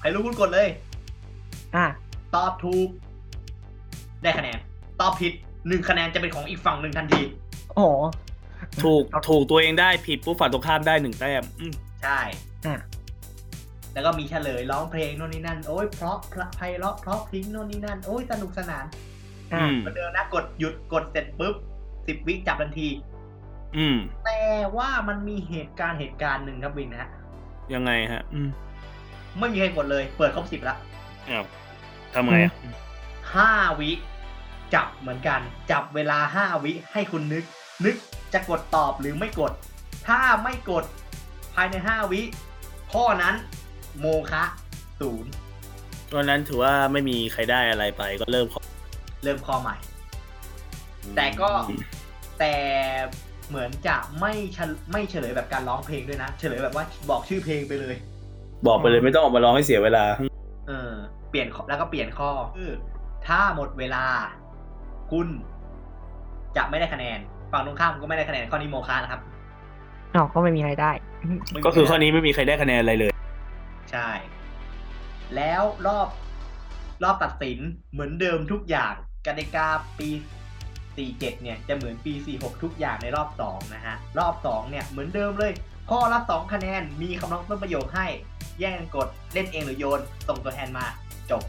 Speaker 5: ใครรู้คุณกดเลย
Speaker 4: อ่ะ
Speaker 5: ตอบถูก ได้คะแนน ตอบผิดหนึ่งคะแนนจะเป็นของอีกฝั่งหนึ่งทันที
Speaker 4: โอ้โห
Speaker 2: ถูกถูกตัวเองได้ผิดปุ๊บฝั่งตรงข้ามได้หนึ่งแต้มอืม
Speaker 5: ใช่
Speaker 4: อ่ะ
Speaker 5: แล้วก็มีเฉลยร้องเพลงโน่นนี่นั่น โอ้ยเพราะเพราะไพเราะเพราะพริ้งโน่นนี่นั่น โอ้ยสนุกสนาน
Speaker 4: อ่ะ
Speaker 2: อืม
Speaker 5: เหมือนเดิมนะกดหยุดกดเสร็จปุ๊บสิบวิจับทันที
Speaker 2: อืม
Speaker 5: แต่ว่ามันมีเหตุการณ์เหตุการณ์หนึ่งครับวินนะฮะ
Speaker 2: ยังไงฮะ อืม
Speaker 5: ไม่มีใครกดเลย เปิดครบสิบละ
Speaker 2: อ้าวทำไงอ่ะ
Speaker 5: ห้าวิ จับเหมือนกัน จับเวลาห้าวิให้คุณนึก นึกจะกดตอบหรือไม่กด ถ้าไม่กดภายในห้าวิ ข้อนั้นโมคะศูนย์
Speaker 2: ตอนนั้นถือว่าไม่มีใครได้อะไรไปก็เริ่มข้อ
Speaker 5: เริ่มข้อใหม่ แต่ก็แต่เหมือนจะไม่เฉลไม่เฉลยแบบการร้องเพลงด้วยนะ เฉลยแบบว่าบอกชื่อเพลงไปเลย
Speaker 2: บอกไปเลยไม่ต้องออกมาร้องให้เสียเวลา
Speaker 5: เออเปลี่ยนข้อแล้วก็เปลี่ยนข้อคือถ้าหมดเวลา คุณจะไม่ได้คะแนน ฝั่งตรงข้ามก็ไม่ได้คะแนนข้อนี้โมฆะนะครับ
Speaker 4: อ้าวก็ไม่มีใครได้
Speaker 5: ไม่มี
Speaker 2: ก็คือข้อนี้ไม่มีใครได้คะแนนอะไรเลย
Speaker 5: ใช่ แล้วรอบรอบตัดสินเหมือนเดิมทุกอย่างกติกาปี 47 เนี่ยจะเหมือนปี 46 ทุกอย่างในรอบ 2 นะฮะ รอบ 2 เนี่ยเหมือนเดิมเลย ข้อละ2คะแนนมีคำร้องต้นประโยคให้ แย่งกันกดเล่นเองหรือโยน ส่งตัวแทนมาจบ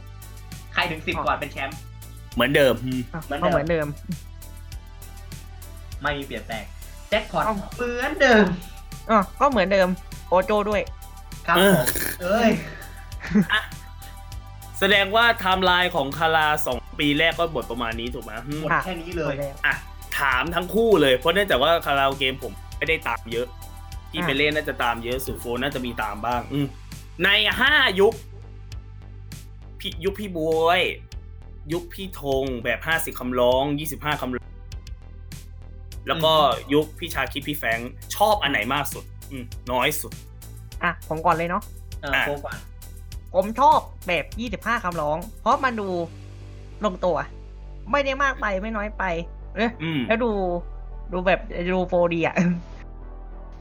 Speaker 5: ใครถึง 10 ก่อนเป็นแชมป์
Speaker 2: เหมือนเดิม
Speaker 4: อ่ะก็เหมือนเดิม
Speaker 5: ไม่มีเปลี่ยนแปลงแจ็คพอต
Speaker 4: เอ้า
Speaker 5: เหมือนเดิม
Speaker 4: อ๋อก็เหมือนเดิมโอโจด้วย
Speaker 5: ครับ
Speaker 2: เอ
Speaker 5: ผ
Speaker 2: อ
Speaker 5: มเอ้ย
Speaker 2: แสดงว่าไทม์ไลน์ของคาราสองปีแรกก็บทประมาณนี้ถูกไหมอืม
Speaker 5: หมด
Speaker 4: ค่ะ
Speaker 5: แค่นี้เล
Speaker 4: หม
Speaker 5: ย
Speaker 4: ดแล้ว
Speaker 2: อ่ะถามทั้งคู่เลยเพราะเนื่องจากว่าคาราโอเกมผมไม่ได้ตามเยอะ ที่
Speaker 4: อ่ะ
Speaker 2: ไปเล่นน่าจะตามเยอะสู่โฟนน่าจะมีตามบ้าง อืมในห้ายุคพี่ยุคพี่บวย ยุคพี่ธงแบบห้าสิบคำร้องยี่สิบห้าคำร้องแล้วก็ยุคพี่ชาคิดพี่แฟรงค์ชอบอันไหนมากสุด อืมน้อยสุด
Speaker 4: อ่ะผมก่อนเลยเนาะ
Speaker 5: เออโกกว่า
Speaker 4: ผมชอบแบบ 25คำร้อง เพราะมันดูลงตัว ไม่ได้มากไปไม่น้อยไปเอ๊ะ
Speaker 2: อืม
Speaker 4: แล้วดูดูแบบดูโฟดีอ่ะ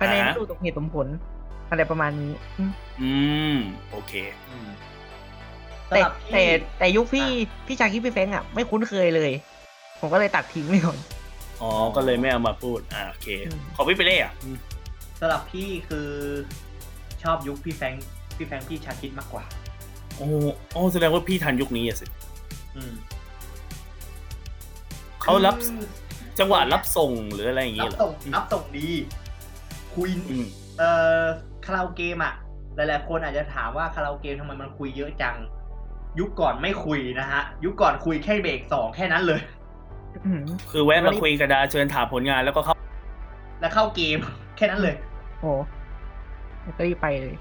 Speaker 4: คะแนน
Speaker 2: อ่า
Speaker 4: ดูสมเหตุสมผล อะไรประมาณนี้อืม
Speaker 2: อืม โอเค
Speaker 5: อืม
Speaker 4: แต่
Speaker 5: สำหรับพี่
Speaker 4: แต่แต่ยุคพี่
Speaker 5: อ่
Speaker 4: พี่ชาคิดพี่แฟรงค์อ่ะไม่คุ้นเคยเลย ผมก็เลยตัดทิ้งไปก่อน
Speaker 2: อ๋อ ก็เลยไม่เอามาพูด อ่าโอเค
Speaker 4: อืม
Speaker 2: ขอพี่ไปเล่อ่ะ
Speaker 5: สำหรับพี่คือชอบยุคพี่แฟรงค์พี่แฟรงค์พี่ชาคิดมากกว่า
Speaker 2: โอ้โอ้แสดงว่าพี่ทันยุคนี้อ่ะสิ
Speaker 5: อืม
Speaker 2: เขารับ
Speaker 5: คือ
Speaker 2: จังหวะรับส่งหรืออะไรอย่าง
Speaker 5: รั
Speaker 2: งี้
Speaker 5: บ
Speaker 2: เหร
Speaker 5: ส่
Speaker 2: อง
Speaker 5: รับส่งดี คุย
Speaker 2: อืม
Speaker 5: เอ่อคาราโอเกมอ่ะ หลายๆคนอาจจะถามว่าคาราโอเกมทำไมมันคุยเยอะจัง ยุคก่อนไม่คุยนะฮะ ยุคก่อนคุยแค่เบรกสองแค่นั้นเลย
Speaker 4: อืม
Speaker 2: คือแวะมาคุยกระดาเชิญถามผลงานแล้วก็เข้า
Speaker 5: แล้วเข้าเกม แค่นั้นเลย
Speaker 4: โอ้ก็รีบไปเลย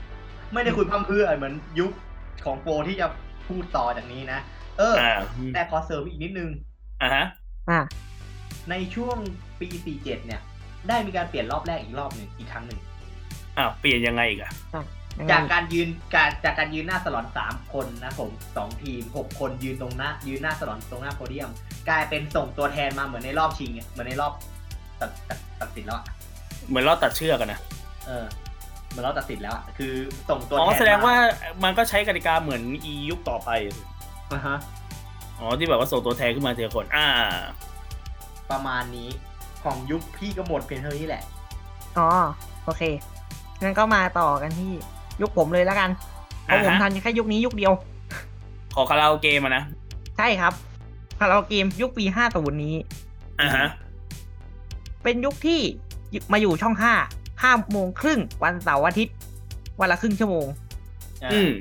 Speaker 5: ไม่ได้คุยพร่ำเพรื่อเหมือนยุคของโปรที่จะพูดต่อจากนี้นะ เออ
Speaker 2: อ่า
Speaker 5: แต่ขอเสริมอีกนิดนึง
Speaker 2: อ่าฮะ
Speaker 4: อ่ะ
Speaker 5: ในช่วงปี 47 เนี่ย ได้มีการเปลี่ยนรอบแรกอีกรอบหนึ่งอีกครั้งหนึ่ง
Speaker 2: อ้าว เปลี่ยนยังไงอีกอ่ะ
Speaker 4: ยัง
Speaker 5: จาก
Speaker 4: ไง
Speaker 5: การยืนการจากการยืนหน้าสลอนสามคนนะครับผมสองทีมหกคนยืนตรงหน้า ยืนหน้าสลอนตรงหน้าโพเดียม กลายเป็นส่งตัวแทนมาเหมือนในรอบชิงอะเหมือนในรอบตัดตัดตัดสินแล้วอะ
Speaker 2: เหมือนเราตัดเชือกกันนะ
Speaker 5: เออเหมือนรอบตัดสินแล้วอะคือส่งตัวแทน
Speaker 2: อ๋อ
Speaker 5: ม
Speaker 2: แสดงว่ามันก็ใช้กติกาเหมือนอียุคต่อไปอ่ะสิ
Speaker 5: อ่าฮะ
Speaker 2: อ๋อ ที่แบบว่าส่งตัวแทนขึ้นมาเทีละคน อ่า
Speaker 5: ประมาณนี้ของยุคพี่ก็หมดเพียงเท่านี้แหละ
Speaker 4: อ๋อ โอเค งั้นก็มาต่อกันที่ยุคผมเลยแล้วกัน เพราะ
Speaker 2: อ่าฮะ
Speaker 4: ผมทันแค่ยุคนี้ยุคเดียว
Speaker 2: ขอคาราโอเกะมานะ
Speaker 4: ใช่ครับคาราโอเกมยุคปีห้าตูนนี้
Speaker 2: อ่าฮะ
Speaker 4: เป็นยุคที่มาอยู่ช่องห้าห้าโมงครึ่งวันเสาร์อาทิตย์ วันละครึ่งชั่วโมง
Speaker 2: อืม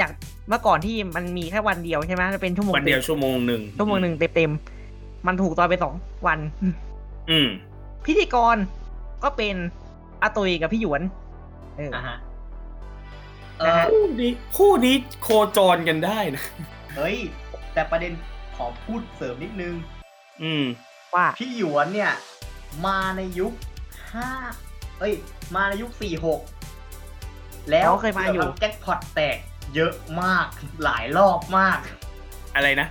Speaker 4: จากเมื่อก่อนที่มันมีแค่วันเดียวใช่ไหมจะเป็นชั่วโมง
Speaker 2: วันเดียว
Speaker 4: ต็ม
Speaker 2: ชั่วโมงหนึ่ง
Speaker 4: ชั่วโมงหนึ่งเต็มๆมันถูกต่อไปสองวัน
Speaker 2: อืม
Speaker 4: พิธีกรก็เป็นอาตุยกับพี่หยวน เออ
Speaker 5: อ่าฮะเอ
Speaker 4: นะ
Speaker 5: อ
Speaker 4: ฮะ
Speaker 2: คู่นี้คู่นี้โคจรกันได้นะ
Speaker 5: เฮ้ย แต่ประเด็นขอพูดเสริมนิดนึง
Speaker 2: อืม
Speaker 4: ว่า
Speaker 5: พี่หยวนเนี่ย มาในยุคห้าเอ้ย มาในยุคสี่หกแล้ว
Speaker 4: อ๋อเคยมาอยู่
Speaker 5: ทำแจ็คพอตแตกเยอะมากหลายรอบมาก
Speaker 2: อะไรนะ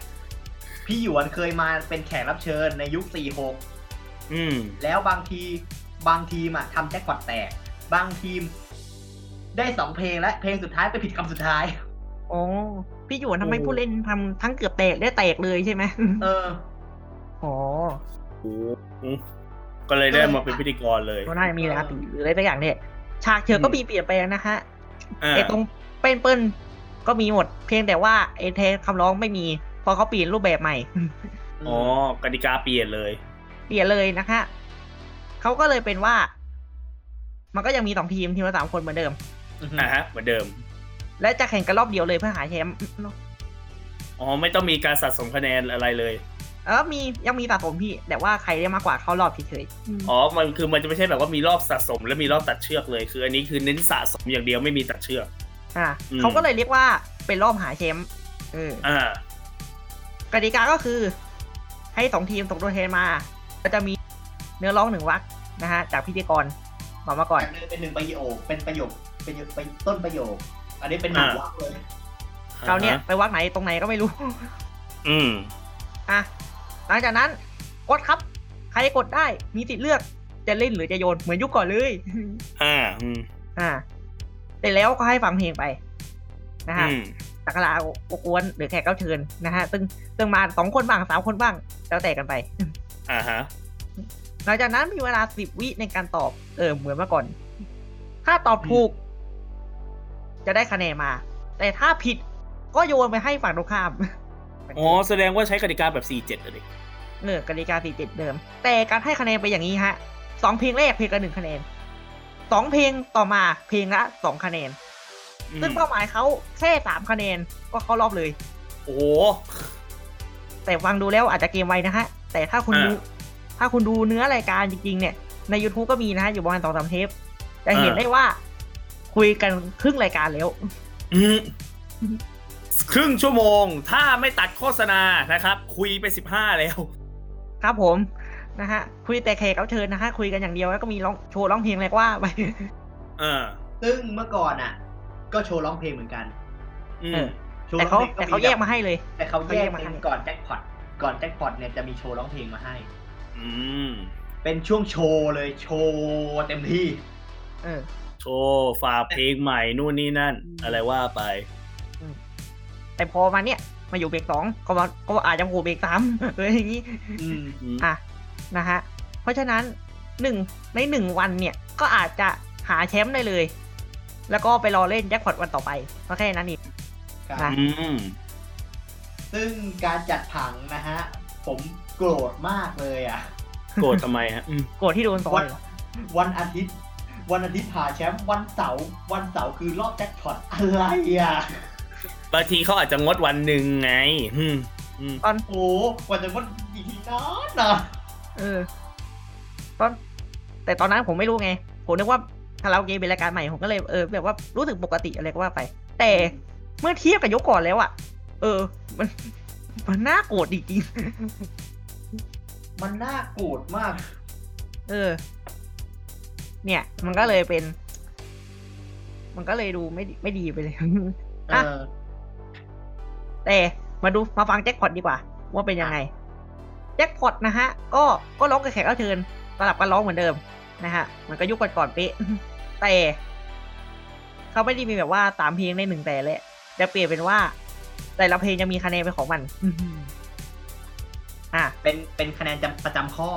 Speaker 5: พี่หยวนเคยมาเป็นแขกรับเชิญในยุคสี่หก
Speaker 2: อืม
Speaker 5: แล้วบางทีบางทีมอะทำแจ็คพอตแตก บางทีม ได้สองเพลงและเพลงสุดท้ายไปผิดคำสุดท้าย
Speaker 4: โอ้พี่หยวนทำไม
Speaker 2: โอ้โห
Speaker 4: ผู้เล่นทำทั้งเกือบแตกและแตกเลยใช่ไหม
Speaker 5: เออ
Speaker 4: อ๋อ
Speaker 2: โอ้โหก็เลยได้มาเป็นพิธีกรเลย
Speaker 4: ก็น่าจะมีนะครับหรืออะไรสักอย่างเนี่ยฉากเชิงก็มีเปลี่ยนแปลงนะฮะ
Speaker 2: อ่า
Speaker 4: ไอตรงเป้นเปิ้ลก็มีหมด เพียงแต่ว่าไอเทคำร้องไม่มีเพอเขาเปลี่ยนรูปแบบใหม่
Speaker 2: อ๋อ กติกาเปลี่ยนเลย
Speaker 4: เปลี่ยนเลยนะฮะเขาก็เลยเป็นว่า มันก็ยังมีสองทีมทีมละสามคนเหมือนเดิม
Speaker 5: อืม
Speaker 2: อ่ะฮะ เหมือนเดิม
Speaker 4: และจะแข่งกันรอบเดียวเลยเพื่อหาแชมป์
Speaker 2: อ๋อ ไม่ต้องมีการสะสมคะแนนอะไรเลย
Speaker 4: เออมียังมีสะสมพี่ แต่ว่าใครได้มากกว่าเข้ารอบเฉยๆ
Speaker 2: อ๋อ มันคือมันจะไม่ใช่แบบว่ามีรอบสะสมและมีรอบตัดเชือกเลย คืออันนี้คือเน้นสะสมอย่างเดียวไม่มีตัดเชือก
Speaker 4: อ่ะ
Speaker 2: อืม
Speaker 4: เขาก็เลยเรียกว่าเป็นรอบหาแชมป์เออ
Speaker 2: อ่า
Speaker 4: กติกาก็คือ ให้สองทีมส่งตัวแทนมา ก็จะมีเนื้อร้องหนึ่งวักนะฮะ จากพิธีกรบอกมาก่อน
Speaker 5: จากเดิมเป็นหนึ่งประโยคเป็นประโยคเป็นเป็นต้นประโยค อันนี้เป็นหนึ่งวรรคเลย
Speaker 4: เขาวเนี้ยไปวักไหนตรงไหนก็ไม่รู้
Speaker 2: อืม
Speaker 4: อ่ะหลังจากนั้นกดครับ ใครกดได้มีสิทธิ์เลือกจะเล่นหรือจะโยนเหมือนยุคก่อนเลย
Speaker 2: อ่า อืม
Speaker 4: อ่ะเสร็จแล้วก็ให้ฟังเพลงไปนะฮะ
Speaker 2: อืม
Speaker 4: ตักลาโอกวนหรือแขกรับเชิญนะฮะ ซึ่งซึ่งมาสองคนบ้างสามคนบ้างแล้วแต่กันไป
Speaker 2: อ่าฮะ
Speaker 4: หลังจากนั้นมีเวลาสิบวิในการตอบ เออ เหมือนเมื่อก่อน ถ้าตอบถูก จะได้คะแนนมา แต่ถ้าผิดก็โยนไปให้ฝั่งตรงข้าม
Speaker 2: อ๋อ แสดงว่าใช้กติกาแบบ 4-7เลย
Speaker 4: เออกติกาสี่เจ็ดเดิม แต่การให้คะแนนไปอย่างนี้ฮะสองเพลงแรกเพลงละหนึ่งคะแนน สองเพลงต่อมาเพลงละสองคะแนน
Speaker 2: อืม
Speaker 4: ซึ่งเป้าหมายเขาแค่สามคะแนนก็เข้ารอบเลย
Speaker 2: โอ้โห
Speaker 4: แต่ฟังดูแล้วอาจจะเกมไวนะฮะ แต่ถ้าคุณ
Speaker 2: อ่า
Speaker 4: ดูถ้าคุณดูเนื้อรายการจริง ๆ เนี่ย ใน YouTube ก็มีนะฮะ อยู่ประมาณสองสามเทป จะเห็น
Speaker 2: อ่า
Speaker 4: ได้ว่า คุยกันครึ่งรายการแล้ว
Speaker 2: อืมครึ่งชั่วโมง ถ้าไม่ตัดโฆษณานะครับ คุยไปสิบห้าแล้ว
Speaker 4: ครับผมนะฮะ คุยแต่แขกรับเชิญนะฮะ คุยกันอย่างเดียวแล้วก็มีร้องโชว์ร้องเพลงอะไรก็ว่าไป
Speaker 2: เออ
Speaker 5: ซึ่งเมื่อก่อนอ่ะ ก็โชว์ร้องเพลงเหมือนกัน
Speaker 2: อื
Speaker 4: เอ
Speaker 2: ม
Speaker 4: อ
Speaker 5: โชว์
Speaker 4: แต่
Speaker 5: ร้
Speaker 4: เขา
Speaker 5: องพลง
Speaker 4: แต่เขาแยกมาให้เลย
Speaker 5: แต่เขาแยก
Speaker 4: เขาแยกมา
Speaker 5: มา
Speaker 4: ให้
Speaker 5: ก่อนแจ็คพอตก่อนแจ็คพอตเนี่ยจะมีโชว์ร้องเพลงมาให้
Speaker 2: อืม
Speaker 5: เป็นช่วงโชว์เลยโชว์เต็มที่
Speaker 4: เออ
Speaker 2: โชว์ฝากเพลงใหม่นู่นนี่นั่น
Speaker 4: อืม
Speaker 2: อะไรว่าไป
Speaker 4: แต่พอมาเนี่ย มาอยู่เบรกสองก็มาก็อาจจะโผล่เบรกสาม เอออย่างนี้
Speaker 5: อืม
Speaker 2: อืม
Speaker 4: อ่ะนะฮะ เพราะฉะนั้นหนึ่งในหนึ่งวันเนี่ย ก็อาจจะหาแชมป์ได้เลย แล้วก็ไปรอเล่นแจ็คพอตวันต่อไปก็แค่นั้นเอง
Speaker 5: ครับ
Speaker 4: อ่ะ
Speaker 2: อืม
Speaker 5: ซึ่งการจัดผังนะฮะ ผมโกรธมากเลยอ่ะ
Speaker 2: โกรธทำไมฮะอืม
Speaker 4: โกรธที่โดนต่อ
Speaker 5: วัน
Speaker 4: ยเหรอ
Speaker 5: วันอาทิตย์ วันอาทิตย์หาแชมป์วันเสาร์วันเสาร์คือรอบแจ็คพอตอะไรอ่ะ
Speaker 2: บางทีเขาอาจจะงดวันหนึ่งไง อืมอืม
Speaker 5: โอ้โหกว่าจะวันอีกทีนานนะ
Speaker 4: เออตอนแต่ตอนนั้นผมไม่รู้ไง ผมนึกว่าคาราโอเกะเป็นรายการใหม่ผมก็เลยเออแบบว่ารู้สึกปกติอะไรก็ว่าไป แต่เมื่อเทียบกับยกก่อนแล้วอะเออ มัน มันน่าโกรธจริง
Speaker 5: มันน่าโกรธมาก
Speaker 4: ๆเออ เนี่ย มันก็เลยเป็น มันก็เลยดูไม่ดีไม่ดีไปเลย
Speaker 5: เอ
Speaker 4: อ่ะ
Speaker 5: อ
Speaker 4: แต่มาดูมาฟังแจ็คพอตดีกว่า ว่าเป็นยังไง แจ็คพอตนะฮะ ก็ก็ร้องกับแขกรับเชิญสลับกันร้องเหมือนเดิมนะฮะเหมันก็ยุคก่อนๆเป๊ะ แต่เขาไม่ได้มีแบบว่าสามเพลงในหนึ่งแต่เลยจะเปลี่ยนเป็นว่า แต่ละเพลงจะมีคะแนนเป็นของ มัน อ่ะ
Speaker 5: เป็นเป็นคะแนนจำประจำข้อ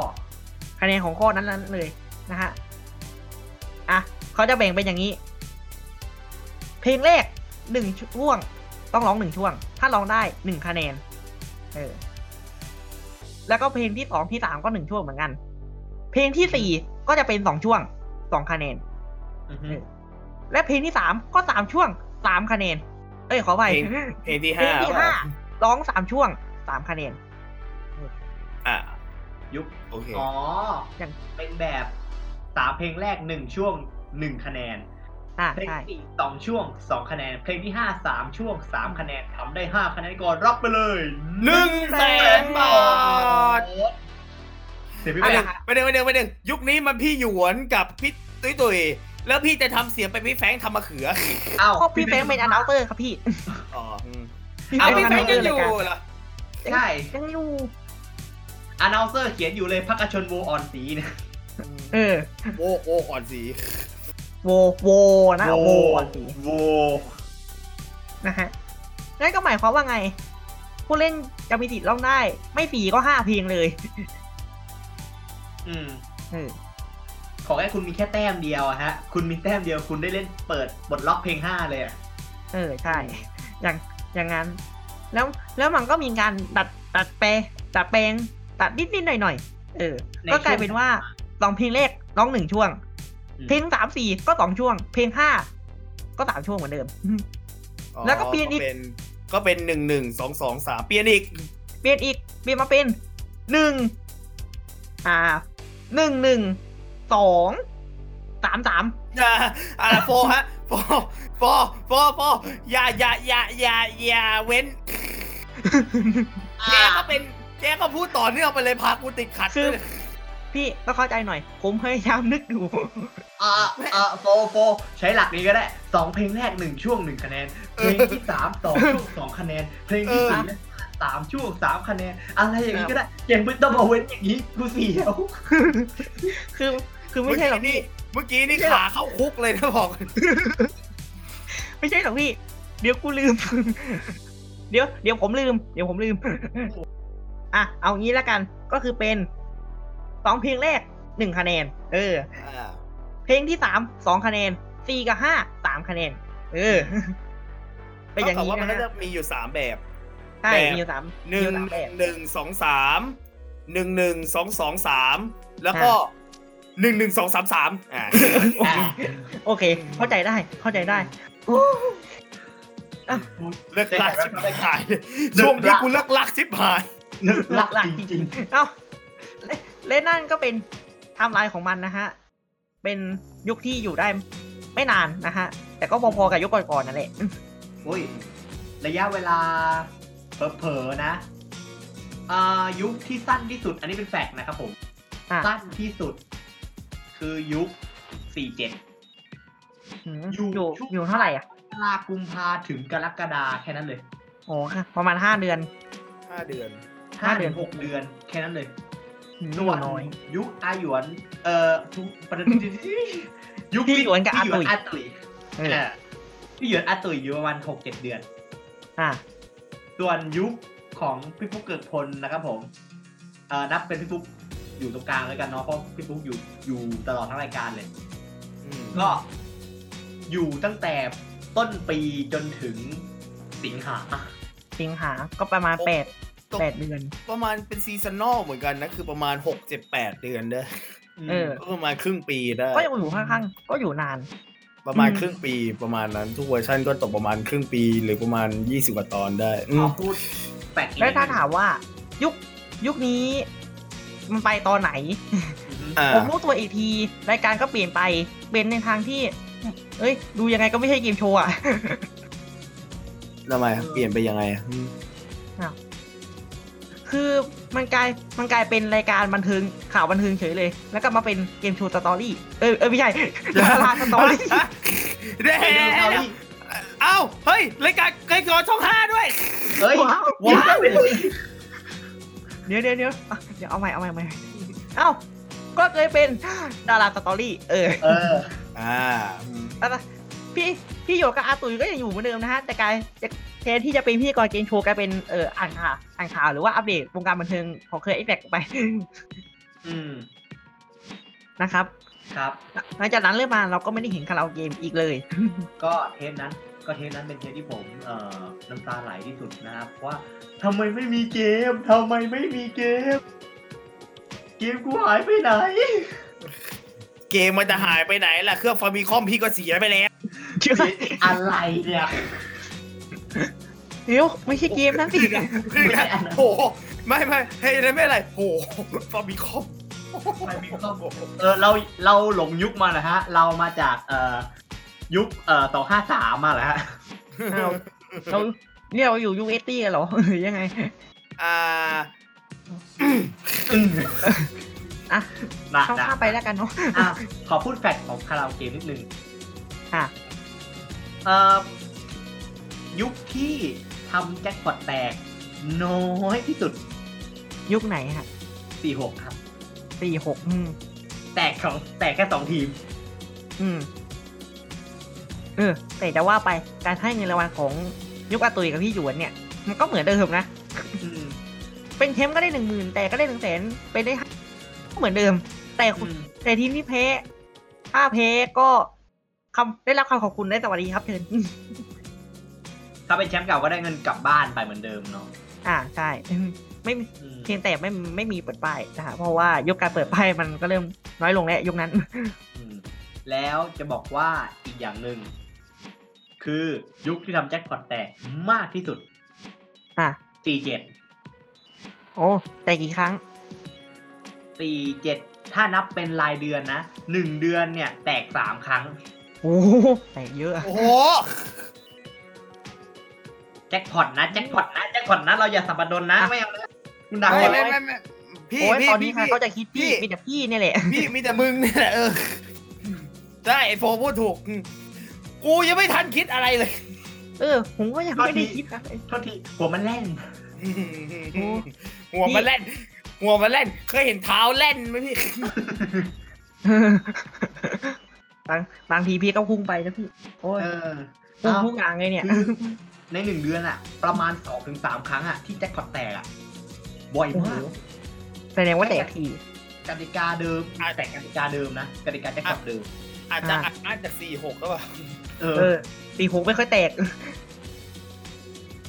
Speaker 4: คะแนนของข้อนั้นๆเลยนะฮะ อ่ะเขาจะแบ่งเป็นอย่างนี้ เพลงแรกหนึ่งช่วง ต้องร้องหนึ่งช่วง ถ้าร้องได้หนึ่งคะแนน เออ แล้วก็เพลงที่สองที่สามก็หนึ่งช่วงเหมือนกัน เพลงที่สี่ก็จะเป็นสองช่วงสองคะแนน
Speaker 5: อือฮึ
Speaker 4: เออ และเพลงที่สามก็สามช่วงสามคะแนน เอ้ยขอไป
Speaker 2: เพลง เพลงที่
Speaker 4: เพล
Speaker 2: ห้าง
Speaker 4: ที่
Speaker 2: ป่ะ
Speaker 4: ห้าร้องสามช่วงสามคะแนน
Speaker 2: อ่ะ
Speaker 5: ยุค
Speaker 2: โอเค
Speaker 5: อ๋ออย่าง เป็นแบบสามเพลงแรกหนึ่งช่วงหนึ่งคะแนน
Speaker 4: อ่ะ
Speaker 5: เพลง
Speaker 4: ใช่
Speaker 5: ที่สี่สองช่วงสองคะแนน เพลงที่ห้าสามช่วงสามคะแนนทำได้ห้าคะแนนก่อนรับไปเลย
Speaker 2: หนึ่งแสนบาท
Speaker 5: เสียพี่
Speaker 2: ไป
Speaker 5: แม่
Speaker 2: หนึ่งไปหนึ่งไปหนึ่งไปหนึ่งยุคนี้มันพี่หยวนกับพี่ตุ้ยตุ้ยแล้วพี่จะทำเสียงไปนพี่แฟรงค์ทำมะเขือ
Speaker 5: เอ้า
Speaker 4: เพราะพี่แฟรงค์เป็นอนาวเตอร์ครับพี่
Speaker 2: อ๋ออืม
Speaker 4: พี่
Speaker 2: เอา
Speaker 4: แฟ
Speaker 2: พี่
Speaker 4: ง
Speaker 2: แฟรง
Speaker 4: ค์
Speaker 2: ค์
Speaker 4: เป็
Speaker 2: ยั
Speaker 4: น
Speaker 2: ง
Speaker 4: อนาวเตอร์
Speaker 2: อ
Speaker 4: ราย
Speaker 2: ยู่
Speaker 4: การ
Speaker 2: เหรอ
Speaker 5: ใช่
Speaker 4: ยังอยู่
Speaker 5: อนาวเซอร์เขียนอยู่เลยพักกระชนโวอ่อนสีเนะ
Speaker 4: เออ
Speaker 2: โอโออ่อนสี
Speaker 4: โว โว นะโวอ่อนสี
Speaker 5: โว
Speaker 4: นะฮะ นั่นก็หมายความว่าไง ผู้เล่นจะมีติดร้องได้ ไม่สี่ก็ห้าเพลงเลย
Speaker 5: อืม
Speaker 4: เออ
Speaker 5: ขอแค่คุณมีแค่แต้มเดียวอะฮะ คุณมีแต้มเดียวคุณได้เล่นเปิดบทล็อกเพลงห้าเลยอะ
Speaker 4: เออ ใช่ อย่าง อย่างนั้น แล้ว แล้วมันก็มีการดัด ดัดแปลงดัดแปลง ตัดนิดนิดหน่อยหน่อยๆเออ
Speaker 5: ใน
Speaker 4: ก็
Speaker 5: ช่วง
Speaker 4: กลายเป็นว่าลองเพลงแรกร้องหนึ่งช่วง
Speaker 5: อืม
Speaker 4: เพลงสามสี่ก็สองช่วง เพลงห้าก็สามช่วงเหมือนเดิม แล้วก็เปลี่ยนอีก
Speaker 2: ก็เป็นหนึ่งหนึ่งสองสองสามเปลี่ยนอีก
Speaker 4: เปลี่ยนอีก เปลี่ยนมาเป็นหนึ่งอ่าหนึ่งหนึ่งสองสามสาม
Speaker 2: อย่าอ่าโฟฮะโฟโฟโฟโฟอย่าอย่าอย่าอย่าอย่าเว้นแกก็เป็นแกก็พูดต่อเนื่องไปเลยพากูติดขัด
Speaker 4: คือ พี่ต้องเข้าใจหน่อย ผมพยายามนึกดู
Speaker 5: อ่าอ่าโฟโฟใช้หลักนี้ก็ได้สองเพลงแรกหนึ่งช่วงหนึ่งคะแนน เพลงที่สามสองช่วงสองคะแนน เพลงที่สี่และสามช่วงสามคะแนน อะไรอย่างนี้ก็ได้เกมไม่ต้องเอาเว้นอย่างนี้กูเสียว
Speaker 4: คือคือไม่ใช่หรอกพี่
Speaker 2: เมื่อกี้นี่ขาเข้าคุกเลยนะบอก
Speaker 4: ไม่ใช่หรอกพี่ เดี๋ยวกูลืม เดี๋ยวเดี๋ยวผมลืม เดี๋ยวผมลืม อ่ะ เอางี้ละกันก็คือเป็นสองเพลงแรกหนึ่งคะแนน เออ เพลงที่สามสองคะแนนสี่กับห้าสามคะแนน เออ เป็นอย่าง
Speaker 2: นี้
Speaker 4: นี้
Speaker 2: ว่ามัน
Speaker 4: นะ
Speaker 2: ก็
Speaker 4: ฮะ
Speaker 2: จะมีอยู่สามแบบ
Speaker 4: ใช่
Speaker 2: แบบ
Speaker 4: มีอยู่สาม
Speaker 2: หนึ่
Speaker 4: มีอง ยู่สามแบบ
Speaker 2: หนึ่งสองสามหนึ่งหนึ่งสองสองสามแล้วก็ หนึ่งหนึ่งสองสามสาม อ่า
Speaker 4: อ่ะโอเค เข้าใจได้เข้าใจได้
Speaker 2: เลิกลากชิบหายเลยช่วงนี้กูเลิกลากชิบหาย
Speaker 5: นึก
Speaker 4: ห
Speaker 5: ลั
Speaker 4: ลั
Speaker 5: ก
Speaker 4: กหลัก
Speaker 5: จ
Speaker 4: จ
Speaker 5: ริ
Speaker 4: ริ
Speaker 5: ง
Speaker 4: งๆเอ้าและและนั่นก็เป็นไทม์ไลน์ของมันนะฮะ เป็นยุคที่อยู่ได้ไม่นานนะฮะ แต่ก็พอๆกับยุคก่อนๆนั่นแหละอืม
Speaker 5: ๆโอ้ย ระยะเวลาเผลอๆนะอ่ายุคที่สั้นที่สุด อันนี้เป็นแฟกต์นะครับผม
Speaker 4: อ่ะ
Speaker 5: สั้นที่สุด คือยุค 47
Speaker 4: อืม
Speaker 5: อ
Speaker 4: อยู่ ยู่อยู่เท่าไหร่อ่ะ
Speaker 5: ลากุมภาถึงกรกฎาแค่นั้นเลย
Speaker 4: โอ้ค่ะ ประมาณห้าเดือน
Speaker 2: ห้าเดือน
Speaker 5: ห้าถึงหกเดือนแค่นั้นเลย
Speaker 4: อืม
Speaker 5: หน
Speaker 4: อยู่
Speaker 5: วด
Speaker 4: น้อย
Speaker 5: ยุคอาหยวน เอ่ อทุกประเด็นยุค
Speaker 4: พี่หยวนกับอาตุ๋ย
Speaker 5: อาตุย
Speaker 4: เออ
Speaker 5: เออพี่หยวนอาตุยอยู่ประมาณหกเจ็ดเดือน
Speaker 4: อ่ะ
Speaker 5: ส่วนยุคของพี่ปุ๊กเกิดพลนะครับผม เอ่อนับเป็นพี่ปุ๊กอยู่ตรงกลางแล้วกันเนาะเพราะพี่ปุ๊กอยู่อยู่ตลอดทั้งรายการเลย ก็อยู่ตั้งแต่ต้นปีจนถึงสิงหา
Speaker 4: สิงหาก็ประมาณแปดแปดเดือน
Speaker 2: ประมาณเป็นซีซันนอลเหมือนกันนะ คือประมาณหกเจ็ดแปดเดือนเด้อ
Speaker 4: เออ
Speaker 2: ก็ประมาณครึ่งปีได้
Speaker 4: ก็ยังอยู่ค่อนข้างก็อยู่นาน
Speaker 2: ประมาณ
Speaker 4: อืม
Speaker 2: ครึ่งปีประมาณนั้น ทุกเวอร์ชันก็ตกประมาณครึ่งปีหรือประมาณยี่สิบกว่าตอนได้อื
Speaker 5: ขอ
Speaker 2: ม
Speaker 5: พูดแปดอีก
Speaker 4: แล้วถ้าถามว่า ยุคยุคนี้ มันไปตอนไหน
Speaker 5: อือฮึ
Speaker 2: อ่า
Speaker 4: ผมรู้ตัวอีกที รายการก็เปลี่ยนไปเป็นในทางที่ เอ้ย ดูยังไงก็ไม่ใช่เกมโชว์อ่ะ
Speaker 2: ทำไมเปลี่ยนไปยังไงอะอืม
Speaker 4: คือมันกลายมันกลายเป็นรายการบันเทิงข่าวบันเทิงเฉยเลย แล้วก็มาเป็นเกมโชว์สตอรี่เออเออไม่ใช่ดาราสตอรี่
Speaker 2: ฮะเด้
Speaker 5: ไอ้เดโนเสาร์นี่
Speaker 2: เอ้าเฮ้ยรายการรายการช่องห้าด้วย
Speaker 5: เฮ้ย
Speaker 4: ว้าว
Speaker 2: ว้าว
Speaker 4: เดี๋ยวเดี๋ยวเดี๋ยวอ่ะเดี๋ยวเอาใหม่เอาใหม่เอาใหม่เอ้าก็เคยเป็นดาราสตอรี่เออ
Speaker 5: เออ
Speaker 2: อ่า
Speaker 4: เอาล่ะพี่พี่โยกับอาตุ๋ยก็ยังอยู่เหมือนเดิมนะฮะ แต่กลายจะแทนที่จะเป็นพธี่กรเกมโชว์กลายเป็นเอออ่านข่าวอ่านข่าวหรือว่าอัปเดตวงการบันเทิงของเคยไอแบกไป
Speaker 5: อืม
Speaker 4: นะครับ
Speaker 5: ครับ
Speaker 4: หลังจากนั้นเรื่อยมาเราก็ไม่ได้เห็นคาราโอเกมอีกเลย
Speaker 5: ก็เทปนั้นก็เทปนั้นเป็นเทปที่ผมเอ่อน้ำตาไหลที่สุดนะครับเพราะว่าทำไมไม่มีเกมทำไมไม่มีเกม เกมกูหายไปไหน
Speaker 2: เกมมันจะหายไปไหนล่ะเครื่องฟามิคอมพี่ก็เสียไปแล้ว
Speaker 5: อะไรเนี่ย
Speaker 4: เดี๋ยวไม่ใช่เกมนะสิ
Speaker 2: คือนะโหไม่ไม่เฮ้ยนั่นไม่อะไรโหฟามิคอม
Speaker 5: ไม่มีข้อมูลเออเราเราหลงยุคมานะฮะ เรามาจากเอ่อยุคเอ่อต่อห้าสามมาแล้วฮะ
Speaker 4: อ้าว เราเนี่ยเราอยู่ยูเอสตี้กันเหรอ หรือยังไง
Speaker 2: อ่า
Speaker 5: อืม
Speaker 4: อ่ะ
Speaker 5: นะ
Speaker 4: เข้า
Speaker 5: นะ
Speaker 4: ข้ามไปแล้วกันเนาะ
Speaker 5: อ่ะขอพูดแฟกต์ของคาราโอเกะนิดนึง
Speaker 4: อ่ะ
Speaker 5: เอ่อยุคที่ทำแจ็คพอตแตก น้อยที่สุด
Speaker 4: ยุคไหนฮะ
Speaker 5: 46 ครับ
Speaker 4: สี่หกอืม
Speaker 5: แตกของแตกแค่ 2 ทีม
Speaker 4: อืมเออแต่จะว่าไปการให้เงินรางวัลของยุคอาตุ๋ยกับพี่หยวนเนี่ย มันก็เหมือนเดิมนะ
Speaker 5: อืม
Speaker 4: เป็นเทมป์ก็ได้หนึ่งหมื่นแต่ก็ได้หนึ่งแสนเป็นได้ห้าก็เหมือนเดิม แต่คุณแต่ทีมที่แพ้ถ้าแพ้ก็คำได้รับคำขอบคุณได้สวัสดีครับเชิญอืม
Speaker 5: ถ้าเป็นแชมป์เก่าก็ได้เงินกลับบ้านไปเหมือนเดิมเนาะ
Speaker 4: อ่าใช่อืมไม่มี
Speaker 5: อืม
Speaker 4: เพียงแต่ไม่ไม่มีเปิดป้ายนะคะเพราะว่ายุคการเปิดป้ายมันก็เริ่มน้อยลงแล้วยุคนั้น
Speaker 5: อืมแล้วจะบอกว่าอีกอย่างหนึ่ง คือยุคที่ทำแจ็คพอตแตกมากที่สุด
Speaker 4: อ่ะ
Speaker 5: 47
Speaker 4: โอ้แต่กี่ครั้ง
Speaker 5: 47 ถ้านับเป็นรายเดือนนะ 1 เดือนเนี่ย แตก 3 ครั้ง
Speaker 4: โอ้โหแต่เยอะ
Speaker 2: โอ้โห
Speaker 5: แจ็คพอตนะ แจ็คพอตนะ แจ็คพอตนะ เราอย่าสับปะรดนะ ไม่เอานะคุณดัก
Speaker 2: ไม่
Speaker 5: ก่อนเล
Speaker 2: ไม่
Speaker 5: ย
Speaker 2: ไม่ไม่พี่
Speaker 4: โอ้ย
Speaker 2: พี่
Speaker 4: ตอนนี้
Speaker 2: พี่
Speaker 4: ใคร
Speaker 2: พี่
Speaker 4: เขาจะคิดพี่
Speaker 2: พี่
Speaker 4: มีแต่พี่เนี่ยแหละ
Speaker 2: พี่มีแต่มึงนี่แหละเออได้ไอโฟพูดถูกอืมกูยังไม่ทันคิดอะไรเลย
Speaker 4: เออผมก็ยังไม่ได้คิดนะ
Speaker 5: โทษทีหัวมันแล่น
Speaker 4: โอ้
Speaker 2: หัวมันแล่น หัวมันแล่น เคยเห็นเท้าแล่นไหมพี่
Speaker 4: บางบางทีพี่ก็พุ่งไปนะพี่โอ้ย
Speaker 5: เออ
Speaker 4: พุ่งทุกอย่างเลยเนี่ย
Speaker 5: คือในหนึ่งเดือนอะประมาณสองถึงสามครั้งอะที่แจ็คพอตแตกอะบ่อย
Speaker 4: โอ้โห
Speaker 5: มาก
Speaker 4: แสดงว่าแตกที
Speaker 5: กติกาเดิมแต่กติกาเดิมนะกติกาแจ็คพอตเดิม
Speaker 2: อาจจะ
Speaker 4: อ่ะ
Speaker 2: อัดอั้นจากสี่หกก็แบบ
Speaker 5: เอ
Speaker 4: เอ
Speaker 5: อ
Speaker 4: อตีหกไม่ค่อยแตก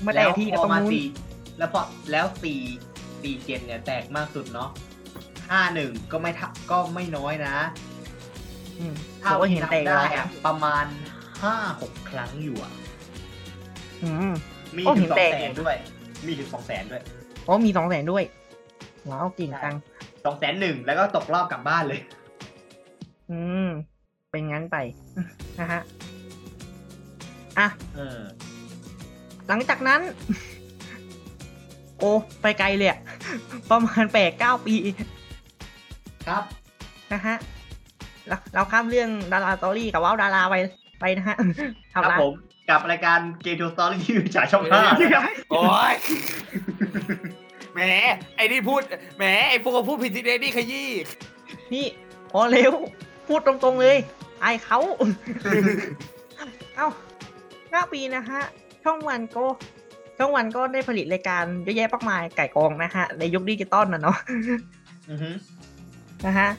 Speaker 4: มาแตกที่ก็
Speaker 5: พ
Speaker 4: ตร
Speaker 5: อง มา
Speaker 4: นู้น
Speaker 5: สี่แล้วพอแล้วสี่สี่เจ็ดเนี่ยแตกมากสุดเนาะ ห้าหนึ่งก็ไม่เท่าก็ไม่น้อยนะ
Speaker 4: อืม
Speaker 5: ถ้า
Speaker 4: เราก็เห็น
Speaker 5: นับ
Speaker 4: เตะ
Speaker 5: ได้
Speaker 4: แล้ว
Speaker 5: อะประมาณห้าหกครั้งอยู่อะ
Speaker 4: อืม
Speaker 5: มี
Speaker 4: โอ้
Speaker 5: ถึ
Speaker 4: เห็น
Speaker 5: งสอง
Speaker 4: เตะ
Speaker 5: แสนด้วย มีถึงสองแสนด้วย
Speaker 4: อ๋อมีสองแสนด้วยว้าวเก่งจัง
Speaker 5: สองแสนหนึ่งแล้วก็ตกรอบกลับบ้านเลย
Speaker 4: อืม เป็นงั้นไป นะฮะ อ่ะ
Speaker 5: เออ
Speaker 4: หลังจากนั้น โอ้ ไปไกลเลยอะ ประมาณแปดเก้าปี
Speaker 5: ครับ
Speaker 4: นะฮะเราเราข้ามเรื่องดาราสตอรี่กับว้าวดาราไปไปนะ ฮะ
Speaker 5: ค
Speaker 4: ทำ
Speaker 5: รับ
Speaker 4: ร้าน
Speaker 5: ผมกับรายการเกมโชว์สตอรี่ที่อยู่ฉายช่องห้า
Speaker 6: โอ้ยแหมไอ้นี่พูดแหมไอ้พวกเขาพูดผิดทีเดยวนี่ขยี้
Speaker 4: นี่พอเร็ว พูดตรงๆเลย ไอายเขา เอ้าเก้าปีนะฮะ ช่องวันก็ ช่องวันก็ได้ผลิตรายการเยอะแยะมากมายไก่กองนะฮะ ในยุคดิจิตอลนะเนาะ
Speaker 5: อือฮึ
Speaker 4: นะฮะ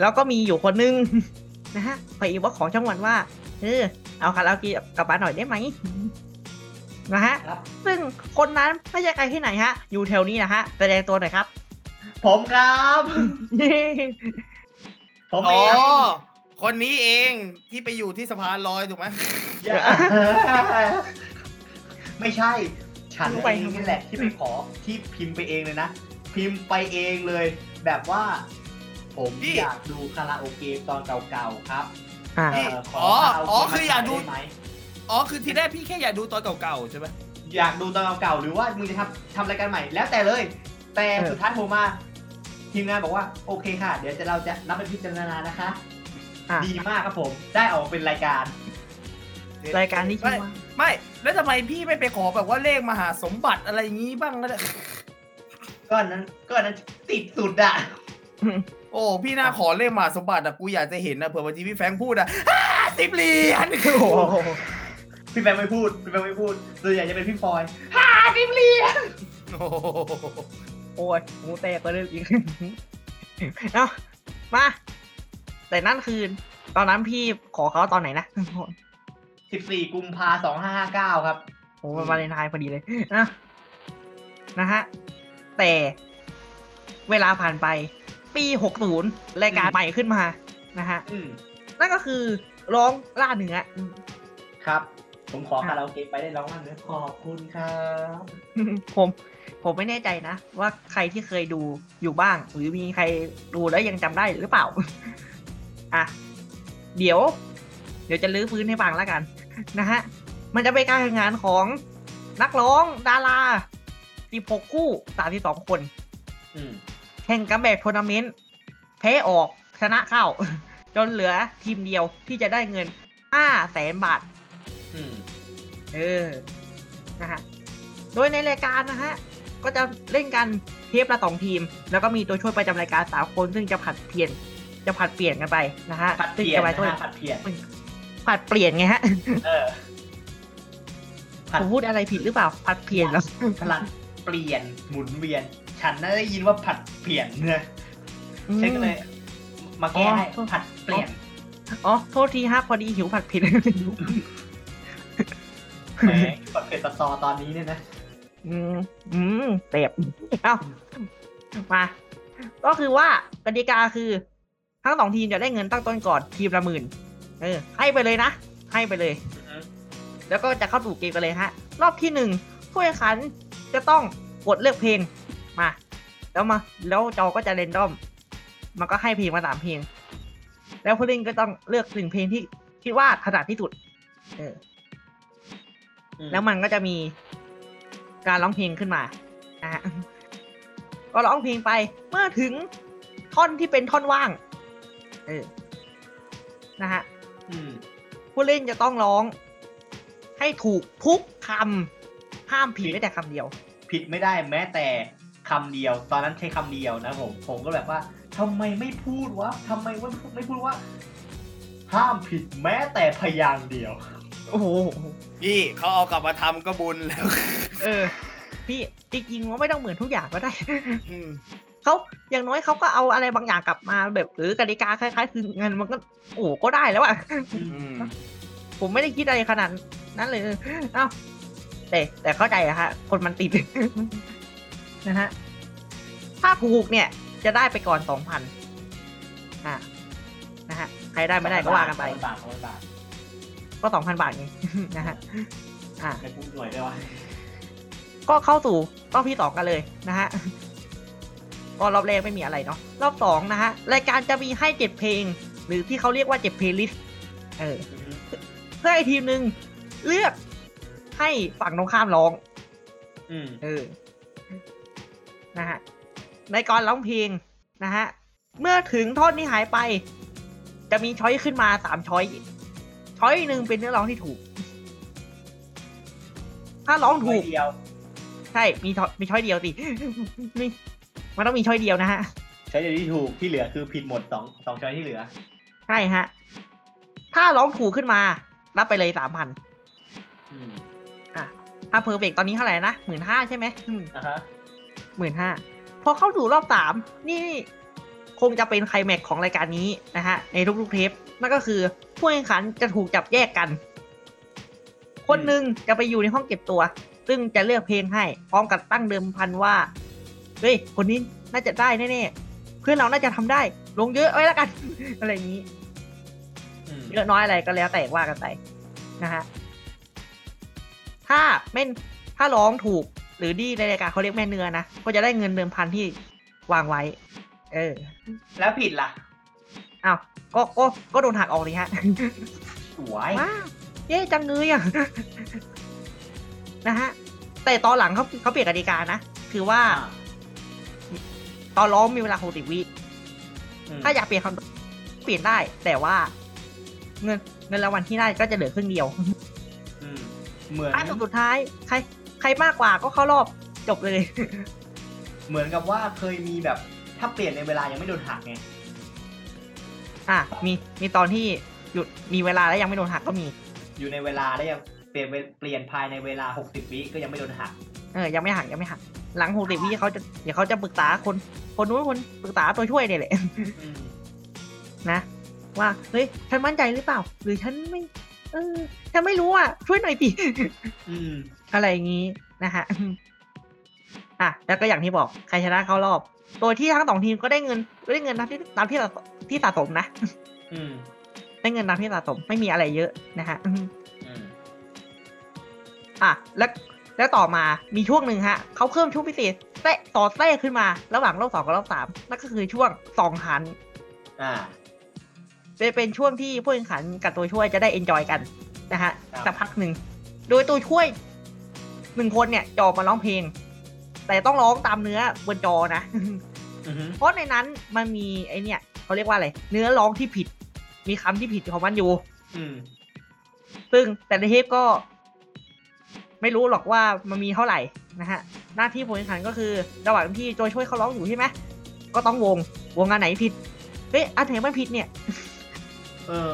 Speaker 4: แล้วก็มีอยู่คนนึง นะฮะ ไปอีกว่าของช่องวันว่า เออ เอาคาราโอเกะกลับบ้านหน่อยได้ไหม นะฮะ
Speaker 5: ครับ
Speaker 4: ซึ่งคนนั้นไม่ใช่ใครที่ไหนฮะ อยู่แถวนี้นะฮะ แสดงตัวหน่อยครับ
Speaker 5: ผมครับ ผม
Speaker 6: อ๋
Speaker 5: เอ
Speaker 6: อ
Speaker 5: ง
Speaker 6: คนนี้เองที่ไปอยู่ที่สะพานลอยถูกไหม
Speaker 5: อย่า ไม่ใช่ ฉัน
Speaker 4: รู้
Speaker 5: เอ
Speaker 4: ไป
Speaker 5: ง
Speaker 4: ทำไม
Speaker 5: นี่แหละที่ไปขอที่พิมพ์ไปเองเลยนะ พิมพ์ไปเองเลย แบบว่า ผมอยากดูคาราโอเกะตอนเก่าๆครับ
Speaker 4: อ่า
Speaker 5: เ
Speaker 6: อ๋อ
Speaker 5: คาราเะ
Speaker 6: อ๋อคืออยากดู
Speaker 5: ได้ไหม
Speaker 6: อ๋อคือทีแรกพี่แค่อยากดูตอนเก่าๆใช่ไหม
Speaker 5: อยากดูตอนเก่าๆหรือว่ามึงจะทำทำรายการใหม่ แล้วแต่เลย แต่
Speaker 4: เออ
Speaker 5: สุดท้ายผมมา ทีมงานบอกว่าโอเคค่ะ เดี๋ยวจะเราจะนับเป็นพิจารณานะคะ
Speaker 4: อ่า
Speaker 5: ดีมากครับผม ได้ออกเป็นรายการ
Speaker 4: รายการที่ชื่อว่า
Speaker 6: ไม่ แล้วทำไมพี่ไม่ไปขอแบบว่าเลขมหาสมบัติอะไรอย่างงี้บ้างก็ได้
Speaker 5: ก็อันนั้นก็อันนั้นติดสุดอะ
Speaker 6: โอ้พี่น่าขอเลขมหาสมบัติอะกูอยากจะเห็นนะเผื่อบางทีพี่แฟรงค์พูดอะอ้าสิบเหรียญโอ้โห
Speaker 5: พี่แบงค์ไม่พูด พี่แบงค์ไม่พูดส่วนใหญ่จะเป็นพี่ฟอยฮ่าพี่เลียน
Speaker 4: โอ้ยหมูแตกไปเลยอีก เอ้า มา แต่นั่นคือ ตอนนั้นพี่ขอเขาตอนไหนนะ
Speaker 5: 14 กุมภาสองห้าห้าเก้าครับ
Speaker 4: โอ้โหวาเลนไทน์พอดีเลย นะนะฮะ แต่เวลาผ่านไป ปีหกศูนย์รายการใหม่ขึ้นมา นะฮะ
Speaker 5: อืม
Speaker 4: นั่นก็คือร้องล่าเนื้อ
Speaker 5: ครับ ผมขอ
Speaker 4: ครั
Speaker 5: คา
Speaker 4: บ
Speaker 5: ราโอเกะไปได้ร้องนั่นนะขอบคุณครับ
Speaker 4: ผมผมไม่แน่ใจนะ ว่าใครที่เคยดูอยู่บ้าง หรือมีใครดูแล้วยังจำได้หรือเปล่า อ่ะ เดี๋ยว เดี๋ยวจะลื้อฟื้นให้ฟังแล้วกัน นะฮะ มันจะเป็นการแข่งขันของนักร้องดารา 16 คู่ 32 คน
Speaker 5: อืม
Speaker 4: แข่งกันแบบทัวร์นาเมนต์แพ้ออกชนะเข้า จนเหลือทีมเดียวที่จะได้เงิน 5 แสนบาท
Speaker 5: อืม
Speaker 4: เออ นะฮะ โดยในรายการนะฮะ ก็จะเล่นกันเทปละสองทีม แล้วก็มีตัวช่วยประจำรายการสามคน ซึ่งจะผัดเปลี่ยน จะผัดเปลี่ยนกันไปนะฮะ
Speaker 5: ผัดเปลี่ยน
Speaker 4: ซึ่งจะ
Speaker 5: นะ
Speaker 4: ไปช่วย
Speaker 5: ฮะผัดเปลี่ยน
Speaker 4: ผัดเปลี่ยนไงฮะ
Speaker 5: เออ ผัด
Speaker 4: ผมพูดอะไรผิดหรือเปล่า ผัดเปลี่ยนแล้ว
Speaker 5: พลังเปลี่ยนหมุนเวียน ฉันน่าได้ยินว่าผัดเปลี่ยนนะฉันก็เลย มาแก้ให้
Speaker 4: อ๋อ
Speaker 5: ผัดเปลี่ยน
Speaker 4: อ๋อ โทษทีฮะ พอดีหิวผัด ผิด
Speaker 5: แหมผัดเผ็ดสตอตอนนี้เนี่ยนะ
Speaker 4: อืม อืมเจ็บเอ้ามา ก็คือว่ากติกาคือ ทั้งสองทีมจะได้เงินตั้งต้นก่อนทีมละหมื่นเออ ให้ไปเลยนะ ให้ไปเลย
Speaker 5: อือฮึ
Speaker 4: แล้วก็จะเข้าสู่เกมกันเลยฮะ รอบที่หนึ่งผู้แข่งขันจะต้องกดเลือกเพลง มา แล้วมา แล้วจอก็จะเรนดอม มันก็ให้เพลงมาสามเพลง แล้วผู้เล่นก็ต้องเลือกหนึ่งเพลงที่คิดว่าถนัดที่สุด เออ
Speaker 5: อื
Speaker 4: แล้วมันก็จะมีการร้องเพลงขึ้นมานะ ฮะ ก็ร้องเพลงไป เมื่อถึงท่อนที่เป็นท่อนว่าง เออ นะฮะ
Speaker 5: อืม
Speaker 4: ผู้เล่นจะต้องร้อง ให้ถูกทุกคำห้ามผิดแม้แต่คำเดียว
Speaker 5: ผิดไม่ได้แม้แต่คำเดียว ตอนนั้นใช้คำเดียวนะผม ผมก็แบบว่าทำไมไม่พูดวะทำไมว่าไม่พูดว่า ห้ามผิดแม้แต่พยางค์เดียว
Speaker 4: โอ้โห
Speaker 6: พี่เขาเอากลับมาทำก็บุญแล้ว
Speaker 4: เออ พี่จริงๆว่าไม่ต้องเหมือนทุกอย่างก็ได้
Speaker 6: อืม
Speaker 4: เขาอย่างน้อยเขาก็เอาอะไรบางอย่างกลับมาแบบหรือกติกาคล้ายๆคือเงินมันก็โอ้โหก็ได้แล้วอะ ผมไม่ได้คิดอะไรขนาดนั้นเลย เอ้า แต่แต่ เข้าใจนะฮะ คนมันติด นะฮะ ถ้าถูกเนี่ย จะได้ไปก่อนสองพันอ่ะนะฮะใครได้ไม่ได้ก็ว่ากันไป
Speaker 5: บาทสองพันบาท
Speaker 4: ก็สองพันบาทไง นะฮะอ่ะ
Speaker 5: ไม่พูดหน่วยด้วยวะ
Speaker 4: ก็เข้าสู่รอบที่สองกันเลยนะฮ ะ ก็รอบแรกไม่มีอะไรเนาะ รอบสองนะฮะ รายการจะมีให้เจ็ดเพลง หรือที่เขาเรียกว่าเจ็ดเพลย์ลิสต์เออ เพื่อให้ทีมหนึ่งเลือกให้ฝั่งตรงข้ามร้อง
Speaker 5: อืม
Speaker 4: เออ นะฮะ ในก่อนร้องเพลงนะฮะ เมื่อถึงท่อนที่หายไป จะมีช้อยขึ้นมาสามช้อยช้อยหนึ่งเป็นเนื้อร้องที่ถูก ถ้าร้อง
Speaker 5: หน่
Speaker 4: ถู
Speaker 5: วย
Speaker 4: ก
Speaker 5: เดียว
Speaker 4: ใช่ มีช้อยมีช้อยเดียวสิ นี่มันต้องมีช้อยเดียวนะฮะ
Speaker 5: ใช้เดียวที่ถูกที่เหลือคือผิดหมดสองสองช้อยที่เหลือ
Speaker 4: ใช่ฮะ ถ้าร้องถูกขึ้นมา รับไปเลยสามพัน
Speaker 5: อืม
Speaker 4: อ่ะ ถ้าเพอร์เฟกตอนนี้เท่าไหร่นะหมื่นห้าใช่ไหม
Speaker 5: อ่ะฮะ
Speaker 4: หมื่นห้า พอเข้าสู่รอบสามนี่ คงจะเป็นไคลแม็กซ์ของรายการนี้นะฮะ ในทุกๆเทป นั่นก็คือผู้แข่งขันจะถูกจับแยกกัน คนหนึ่งจะไปอยู่ในห้องเก็บตัว ซึ่งจะเลือกเพลงให้ พร้อมกับตั้งเดิมพันว่า เฮ้ย คนนี้น่าจะได้แน่ๆ เพื่อนเราน่าจะทำได้ ลงเยอะไว้แล้วกัน อะไรอย่างนี้
Speaker 5: อืม
Speaker 4: เยอะน้อยอะไรก็แล้วแต่ว่ากันไปนะฮะ ถ้าแม่นถ้าร้องถูกหรือดีในรายการเขาเรียกแม่เนื้อนะ ก็จะได้เงินเดิมพันที่วางไว้ เออ
Speaker 5: แล้วผิดล่ะ
Speaker 4: อ้าวก็ก็ก็โดนหักออกเลยฮะ
Speaker 5: สวย
Speaker 4: ว้าเย้จังเลยอ่ะ นะฮะ แต่ตอนหลังเขาเขาเปลี่ยนกติกานะ คือว่า
Speaker 5: อ่ะ
Speaker 4: ตอนร้องมีเวลาหกสิบวิ
Speaker 5: อืม
Speaker 4: ถ้าอยากเปลี่ยนคำเปลี่ยนได้ แต่ว่า เงินเงินรางวัลที่ได้ก็จะเหลือครึ่งเดียว
Speaker 5: อืมเหมือน
Speaker 4: อ่ะสุดสุดท้าย ใคร ใครมากกว่าก็เข้ารอบจบเลย
Speaker 5: เหมือนกับว่าเคยมีแบบถ้าเปลี่ยนในเวลายังไม่โดนหักไง
Speaker 4: อ่ะมีมีตอนที่หยุดมีเวลาแล้วยังไม่โดนหักก็มี
Speaker 5: อยู่ในเวลาแล้วยังเปลี่ยนเวเปลี่ยนภายในเวลา 60 วิก็ยังไม่โดนหัก
Speaker 4: เออ ยังไม่หักยังไม่หัก หลังหกสิบวิเขาจะเดี๋ยวเขาจะปรึกษาคน คนนู้นคนปรึกษาตัวช่วยเนี่ยแหละ นะ ว่า เฮ้ย ฉันมั่นใจหรือเปล่า หรือฉันไม่ เออฉันไม่รู้อ่ะ ช่วยหน่อยสิ
Speaker 5: อืม
Speaker 4: อะไรอย่างนี้นะฮ ะ อ่ะ แล้วก็อย่างที่บอก ใครชนะเข้ารอบ ตัวที่ทั้งสองทีมก็ได้เงินได้เงินตามที่ตามที่สะที่สะสมนะ
Speaker 5: อืม
Speaker 4: ได้เงินตามที่สะสมไม่มีอะไรเยอะนะฮะ
Speaker 5: อืม
Speaker 4: อ่ะแล้วแล้วต่อมามีช่วงหนึ่งฮะเขาเพิ่มช่วงพิเศษแตะต่อแต้ขึ้นมาระหว่างรอบสองกับรอบสามนั่นก็คือช่วงสองหัน
Speaker 5: อ่า
Speaker 4: จะเป็นช่วงที่ผู้แข่งขันกับตัวช่วยจะได้เอนจอยกันนะฮะ
Speaker 5: ครับ
Speaker 4: สักพักหนึ่งโดยตัวช่วยหนึ่งคนเนี่ยจะออกมาร้องเพลง แต่ต้องร้องตามเนื้อบนจอนะ
Speaker 5: อือฮึ
Speaker 4: เพราะในนั้นมันมีไอเนี่ยเขาเรียกว่าอะไรเนื้อร้องที่ผิด มีคำที่ผิดของมันอยู่
Speaker 5: อืม
Speaker 4: ซึ่งแต่ละเทปก็ ไม่รู้หรอกว่ามันมีเท่าไหร่นะฮะ หน้าที่ผู้แข่งขันก็คือ ระหว่างที่โจช่วยเขาร้องอยู่ใช่ไหมก็ต้องวงวงอันไหนผิดเฮ้ยอันไหนมันผิดเนี่ย
Speaker 5: เออ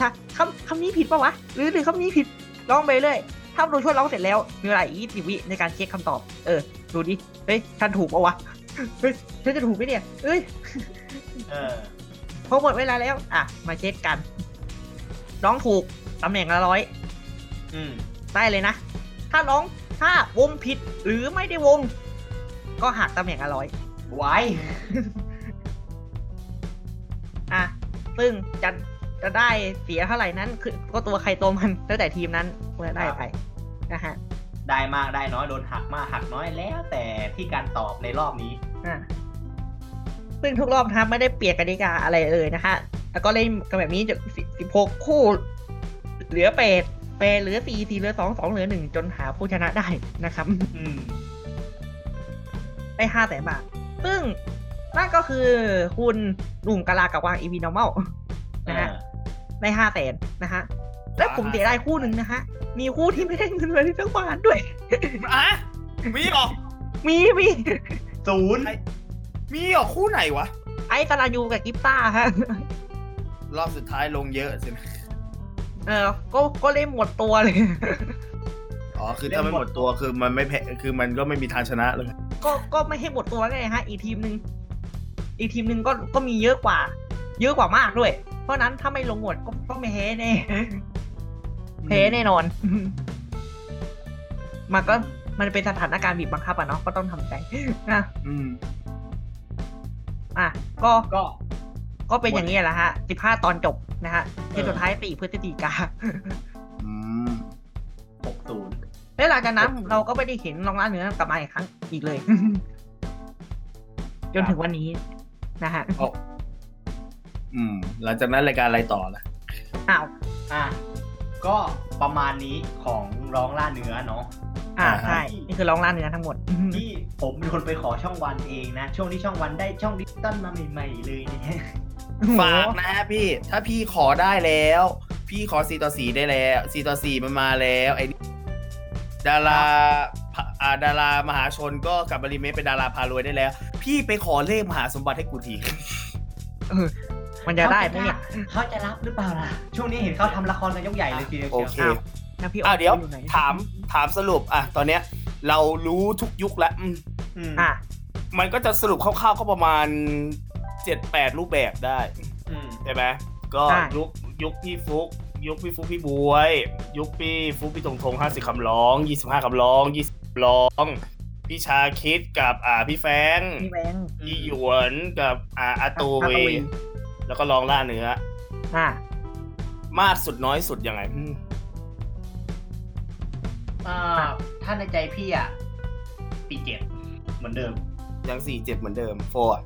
Speaker 4: ฮะคำคำนี้ผิดปะวะหรือหรือคำนี้ผิดร้องไปเรื่อยถ้าโจช่วยร้องเสร็จแล้วมีเวลาอีกสิบวิในการเช็คคำตอบ เออ ดูดิเฮ้ยฉันถูกปะวะเฮ้ยฉันจะถูกไหมเนี่ยเอ้ย
Speaker 5: เออ
Speaker 4: พอหมดเวลาแล้ว อ่ะ มาเช็คกัน ร้องถูกตำแหน่งละร้อย
Speaker 5: อืม
Speaker 4: ได้เลยนะ ถ้าร้อง ถ้าวงผิดหรือไม่ได้วง ก็หักตำแหน่งละร้อย
Speaker 5: ไว้
Speaker 4: อ่ะ ซึ่งจะจะได้เสียเท่าไหร่นั้น คือก็ตัวใครตัวมันแล้วแต่ทีมนั้นเมื่อได้ไปนะฮะ
Speaker 5: ได้มากได้น้อยโดนหักมากหักน้อยแล้ว แต่ที่การตอบในรอบนี้
Speaker 4: อ่ะซึ่งทุกรอบนะครับไม่ได้เปลี่ยนกติกาอะไรเลยนะฮะ แล้วก็เล่นกันแบบนี้จนสิบหกคู่ เหลือแปดแปดเหลือสี่สี่เหลือสองสองเหลือหนึ่งจนหาผู้ชนะได้นะครับ
Speaker 5: อืม
Speaker 4: ได้ห้าแสนบาท ซึ่งนั่นก็คือคุณหนุ่มกะลากับวางอีวีนอร์มลนะฮะ ได้ห้าแสนนะฮะ แล้วผมเสียได้คู่หนึ่งนะฮะ มีคู่ที่ไม่ได้เงินเลยสักบาทด้วย
Speaker 6: อ่ะมีเหรอ
Speaker 4: มีมี
Speaker 5: ศูนย์
Speaker 6: มีเหรอคู่ไหนวะ
Speaker 4: ไอ้ตาลายูกับกิฟต้าฮะ
Speaker 6: รอบสุดท้ายลงเยอะสินะ
Speaker 4: เออ ก็ก็เล่นหมดตัวเลย
Speaker 6: อ๋อคือถ้าไม่หมดตัวคือมันไม่แพ้คือมันก็ไม่มีทางชนะเลย
Speaker 4: ก็ก็ไม่ให้หมดตัวไงฮะ อีกทีมหนึ่งอีกทีมหนึ่งก็ก็มีเยอะกว่า เยอะกว่ามากด้วย เพราะฉะนั้นถ้าไม่ลงหมดก็ก็ไม่แพ้แน่แพ้แน่น อน มันก็มันเป็นสถานการณ์บีบบังคับอะเนาะก็ต้องทำใจนะ
Speaker 6: อืม
Speaker 4: อ่ะก็
Speaker 5: ก็
Speaker 4: ก็เป็นอย่างนี้แหละฮะสิบห้าตอนจบนะฮะเทปสุดท้ายสี่พฤศจิกา
Speaker 6: อืม
Speaker 5: 60
Speaker 4: แล้วหลังจากนั้นเราก็ไม่ได้เห็นน้องล่าเนื้อกลับมาอีกครั้งอีกเลย จนถึงวันนี้นะฮะ
Speaker 6: อืม หลังจากนั้นรายการอะไรต่อล่ะ
Speaker 4: อ้าว
Speaker 5: อ่ะ ก็ประมาณนี้ของร้องล่าเนื้อเนาะ
Speaker 4: อ่าใช่นี่คือร้องล่าเนื้อทั้งหมด
Speaker 5: ที่ผมเป็นคนไปขอช่องวันเองนะ ช่วงที่ช่องวันได้ช่องดิจิตอลมาใหม่ๆเลยเนี่ย
Speaker 6: ฝากนะพี่ ถ้าพี่ขอได้แล้ว พี่ขอ4ต่อ4ได้แล้ว4ต่อ4มันมาแล้วไอ้นี่ดาราพะอ่าดารามหาชนก็กลับมารีเมคเป็นดาราพารวยได้แล้ว พี่ไปขอเลขมหาสมบัติให้กูที
Speaker 4: มันจะได้ไหมเนี่ย
Speaker 5: เขาจะรับหรือเปล่าล่ะ ช่วงนี้เห็นเขาทำละครกันยกใหญ่เลยทีเดียว
Speaker 6: โอเค
Speaker 5: ชียว
Speaker 4: แล้วพี่
Speaker 6: อ้าวเดี๋ยว
Speaker 4: อไหน
Speaker 6: ถามถามสรุปอ่ะตอนเนี้ย เรารู้ทุกยุคแล้วอืม
Speaker 5: อืม
Speaker 4: อ่ะ
Speaker 6: มันก็จะสรุปคร่าวๆก็ประมาณ 7-8 รูปแบบได้
Speaker 5: อืม
Speaker 6: ใช่ไหมก็
Speaker 4: ใช่
Speaker 6: ยุคยุคพี่ฟุก ยุคพี่ฟุกพี่บวย ยุคพี่ฟุกพี่ตรงทงห้าสิบคำร้องยี่สิบห้าคำร้องยี่สิบร้อง พี่ชาคิดกับอ่าพี่แฟง
Speaker 4: พี่แบงค์
Speaker 6: พี่หยวนกับอ่าอาตู
Speaker 4: อาตุย
Speaker 6: แล้วก็ลองล่าเนื้อ
Speaker 4: อ่ะ
Speaker 6: มากสุดน้อยสุดยังไงอืม
Speaker 5: อ่า ถ้าในใจพี่อ่ะปีเจ็ดเหมือนเดิม
Speaker 6: ยังสี่เจ็ดเหมือนเดิมโฟร์อะ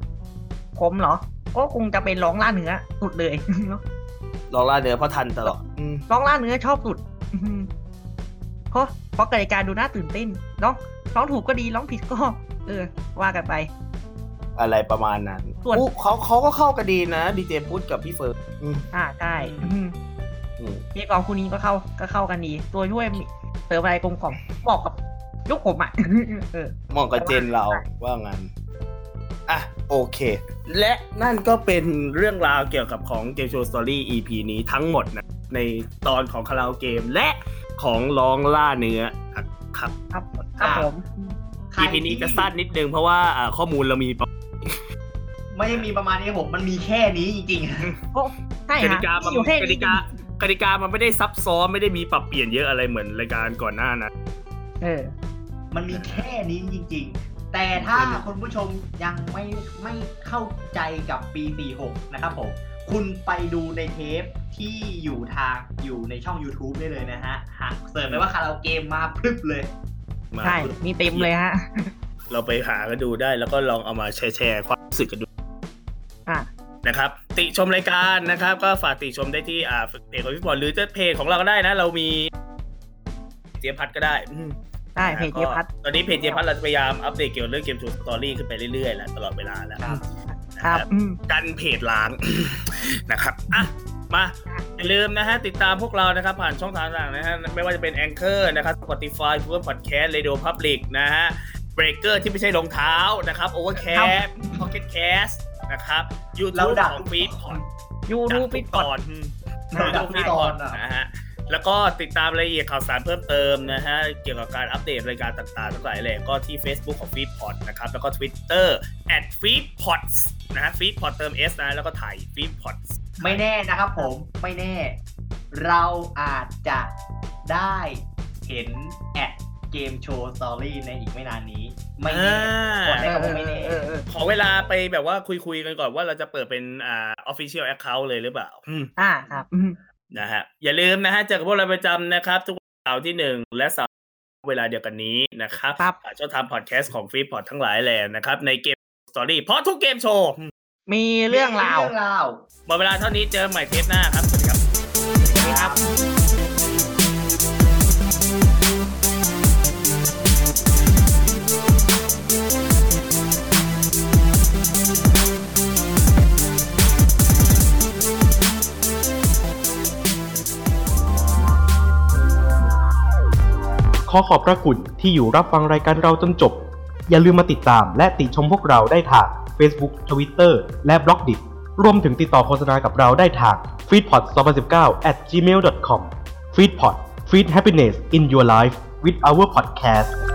Speaker 4: ผมเหรอ ก็คงจะเป็นร้องล่าเนื้อสุดเลย
Speaker 6: ลองล่าเนื้อเพราะทันตลอดอืม
Speaker 4: ร้องล่าเนื้อชอบสุด อืมเพราะเพราะกติกาดูน่าตื่นเต้นร้องร้องถูกก็ดีร้องผิดก็ เออ ว่ากันไป
Speaker 6: อะไรประมาณนั้น
Speaker 4: ส่วน
Speaker 6: อู้เขาเขาก็เข้ากันดีนะดีเจพุทธกับพี่เฟิร์นอืม
Speaker 4: อ่าใช่
Speaker 5: อืม
Speaker 4: อืม
Speaker 6: อืม
Speaker 4: เรียกร้องคู่นี้ก็เข้าก็เข้ากันดีตัวช่วยมีเสริมอะไรกลมกล่อมเหมาะกับยุคผมอ่ะ เออ
Speaker 6: มองกับเจนเราว่างั้นอ่ะโอเค และนั่นก็เป็น
Speaker 2: เรื่องราวเกี่ยวกับของเกมโชว์สตอรี่ EP นี้ทั้งหมดนะ ในตอนของคาราโอเกมและของร้องล่าเนื้อครับ
Speaker 4: ครับครับผม
Speaker 5: ใคร
Speaker 2: EP นี้จะสั้นนิดนึงเพราะว่าอ่าข้อมูลเรามีประมาณ
Speaker 5: ไม่ได้มีประมาณนี้ครับผม มันมีแค่นี้จริง
Speaker 4: ใช่
Speaker 2: ก
Speaker 4: ฮะ
Speaker 2: ติกามัน
Speaker 4: อยู่แค่
Speaker 2: กติ
Speaker 4: นี้
Speaker 2: กากติกามันไม่ได้ซับซ้อนไม่ได้มีปรับเปลี่ยนเยอะอะไรเหมือนรายการก่อนหน้านะ
Speaker 4: เออ
Speaker 5: ๆ มันมีแค่นี้จริง ๆ แต่ถ้าคุณผู้ชมยังไม่ไม่เข้าใจกับปี 46 นะครับผม คุณไปดูในเทปที่อยู่ทางอยู่ในช่อง YouTube ได้เลยนะฮะ หากเสิร์ชไปว่าคาราโอเกมมาพรึบเลย
Speaker 2: มา
Speaker 4: ใช่ มีเต็มเลยฮะ
Speaker 2: เราไปหากันดูได้แล้วก็ลองเอามาแชร์แชร์ความรู้สึกกันดู
Speaker 4: อ่ะ
Speaker 2: นะครับ ติชมรายการนะครับ ก็ฝากติชมได้ที่อ่าเพจของพี่บอลหรือจะเพจของเราก็ได้นะ เรามีเจพัดก็ได้อืม
Speaker 4: ได้เพจเจพัท
Speaker 2: ตอนนี้เพจเจพัดเราจะพยายามอัปเดตเกี่ยวกับเรื่องเกมทูสตอรี่ขึ้นไปเรื่อยๆแหละตลอดเวลาแล้ว
Speaker 5: ครับ
Speaker 4: ครับอืม
Speaker 2: กัน เพจล้าง นะครับ อ่ะ มาอย่าลืมนะฮะ ติดตามพวกเรานะครับ ผ่านช่องทางต่างๆนะฮะ ไม่ว่าจะเป็น Anchor นะครับ Spotify Google Podcast Radio Public นะฮะ Breaker ที่ไม่ใช่รองเท้านะครับ Overcast Pocket Cast นะครับ
Speaker 5: เรา
Speaker 2: YouTube
Speaker 5: ดัก
Speaker 2: ของ f e e d p o d
Speaker 4: ยูรูปิดก่อน
Speaker 5: เราดัก
Speaker 2: พี
Speaker 5: ต
Speaker 2: ก่
Speaker 5: อ
Speaker 2: อน น
Speaker 5: อ่ะ
Speaker 2: นะฮะ แล้วก็ติดตามรายละเอียดข่าวสารเพิ่มเติมนะฮะ เกี่ยวกับการอัปเดตรายการต่างๆทั้งหลายแหล่ก็ที่ Facebook ของ f e e d p o d นะครับ แล้วก็ Twitter at f e e d p o d s นะฮะ f e e d p o d เติม S นะ แล้วก็ถ่าย f e e d p o d s
Speaker 5: ไม่แน่นะครับผมไม่แน่ เราอาจจะได้เห็นแอดเกมโชว์สตอรี่ในอีกไม่นานนี้ ไม่แน่ขอ
Speaker 4: เอ
Speaker 5: ได้
Speaker 4: อ
Speaker 5: คำว่าไม่แน่
Speaker 4: เออเออ
Speaker 2: ขอเวลาไปแบบว่าคุยๆกันก่อนว่าเราจะเปิดเป็นอ่า official account เลยหรือเปล่าอืม
Speaker 4: อ่าครับอืม
Speaker 2: นะฮะอย่าลืมนะฮะเจอกับพวกเราประจำนะครับ ทุกวันเสาร์ที่หนึ่งและเสาร์เวลาเดียวกันนี้นะครับ
Speaker 4: ครับ
Speaker 2: อ่าช่องทางพอดแคสต์ของฟรีพอดทั้งหลายแหล่นะครับ ในเกมสตอรี่เพราะทุกเกมโชว์
Speaker 4: มีเรื่องราว
Speaker 5: เรื่องราว
Speaker 2: หมดเวลาเท่านี้เจอใหม่เทปหน้าครับ สวัสดีครับ
Speaker 4: ครับ
Speaker 3: ขอขอบพระคุณที่อยู่รับฟังรายการเราจนจบ อย่าลืมมาติดตามและติชมพวกเราได้ทาง Facebook Twitter และ b ล็อกดิรวมถึงติดต่อโฆษณากับเราได้ทาง f e e d p o t 2019 at gmail.com f e e d p o t Feed Happiness in Your Life with our podcast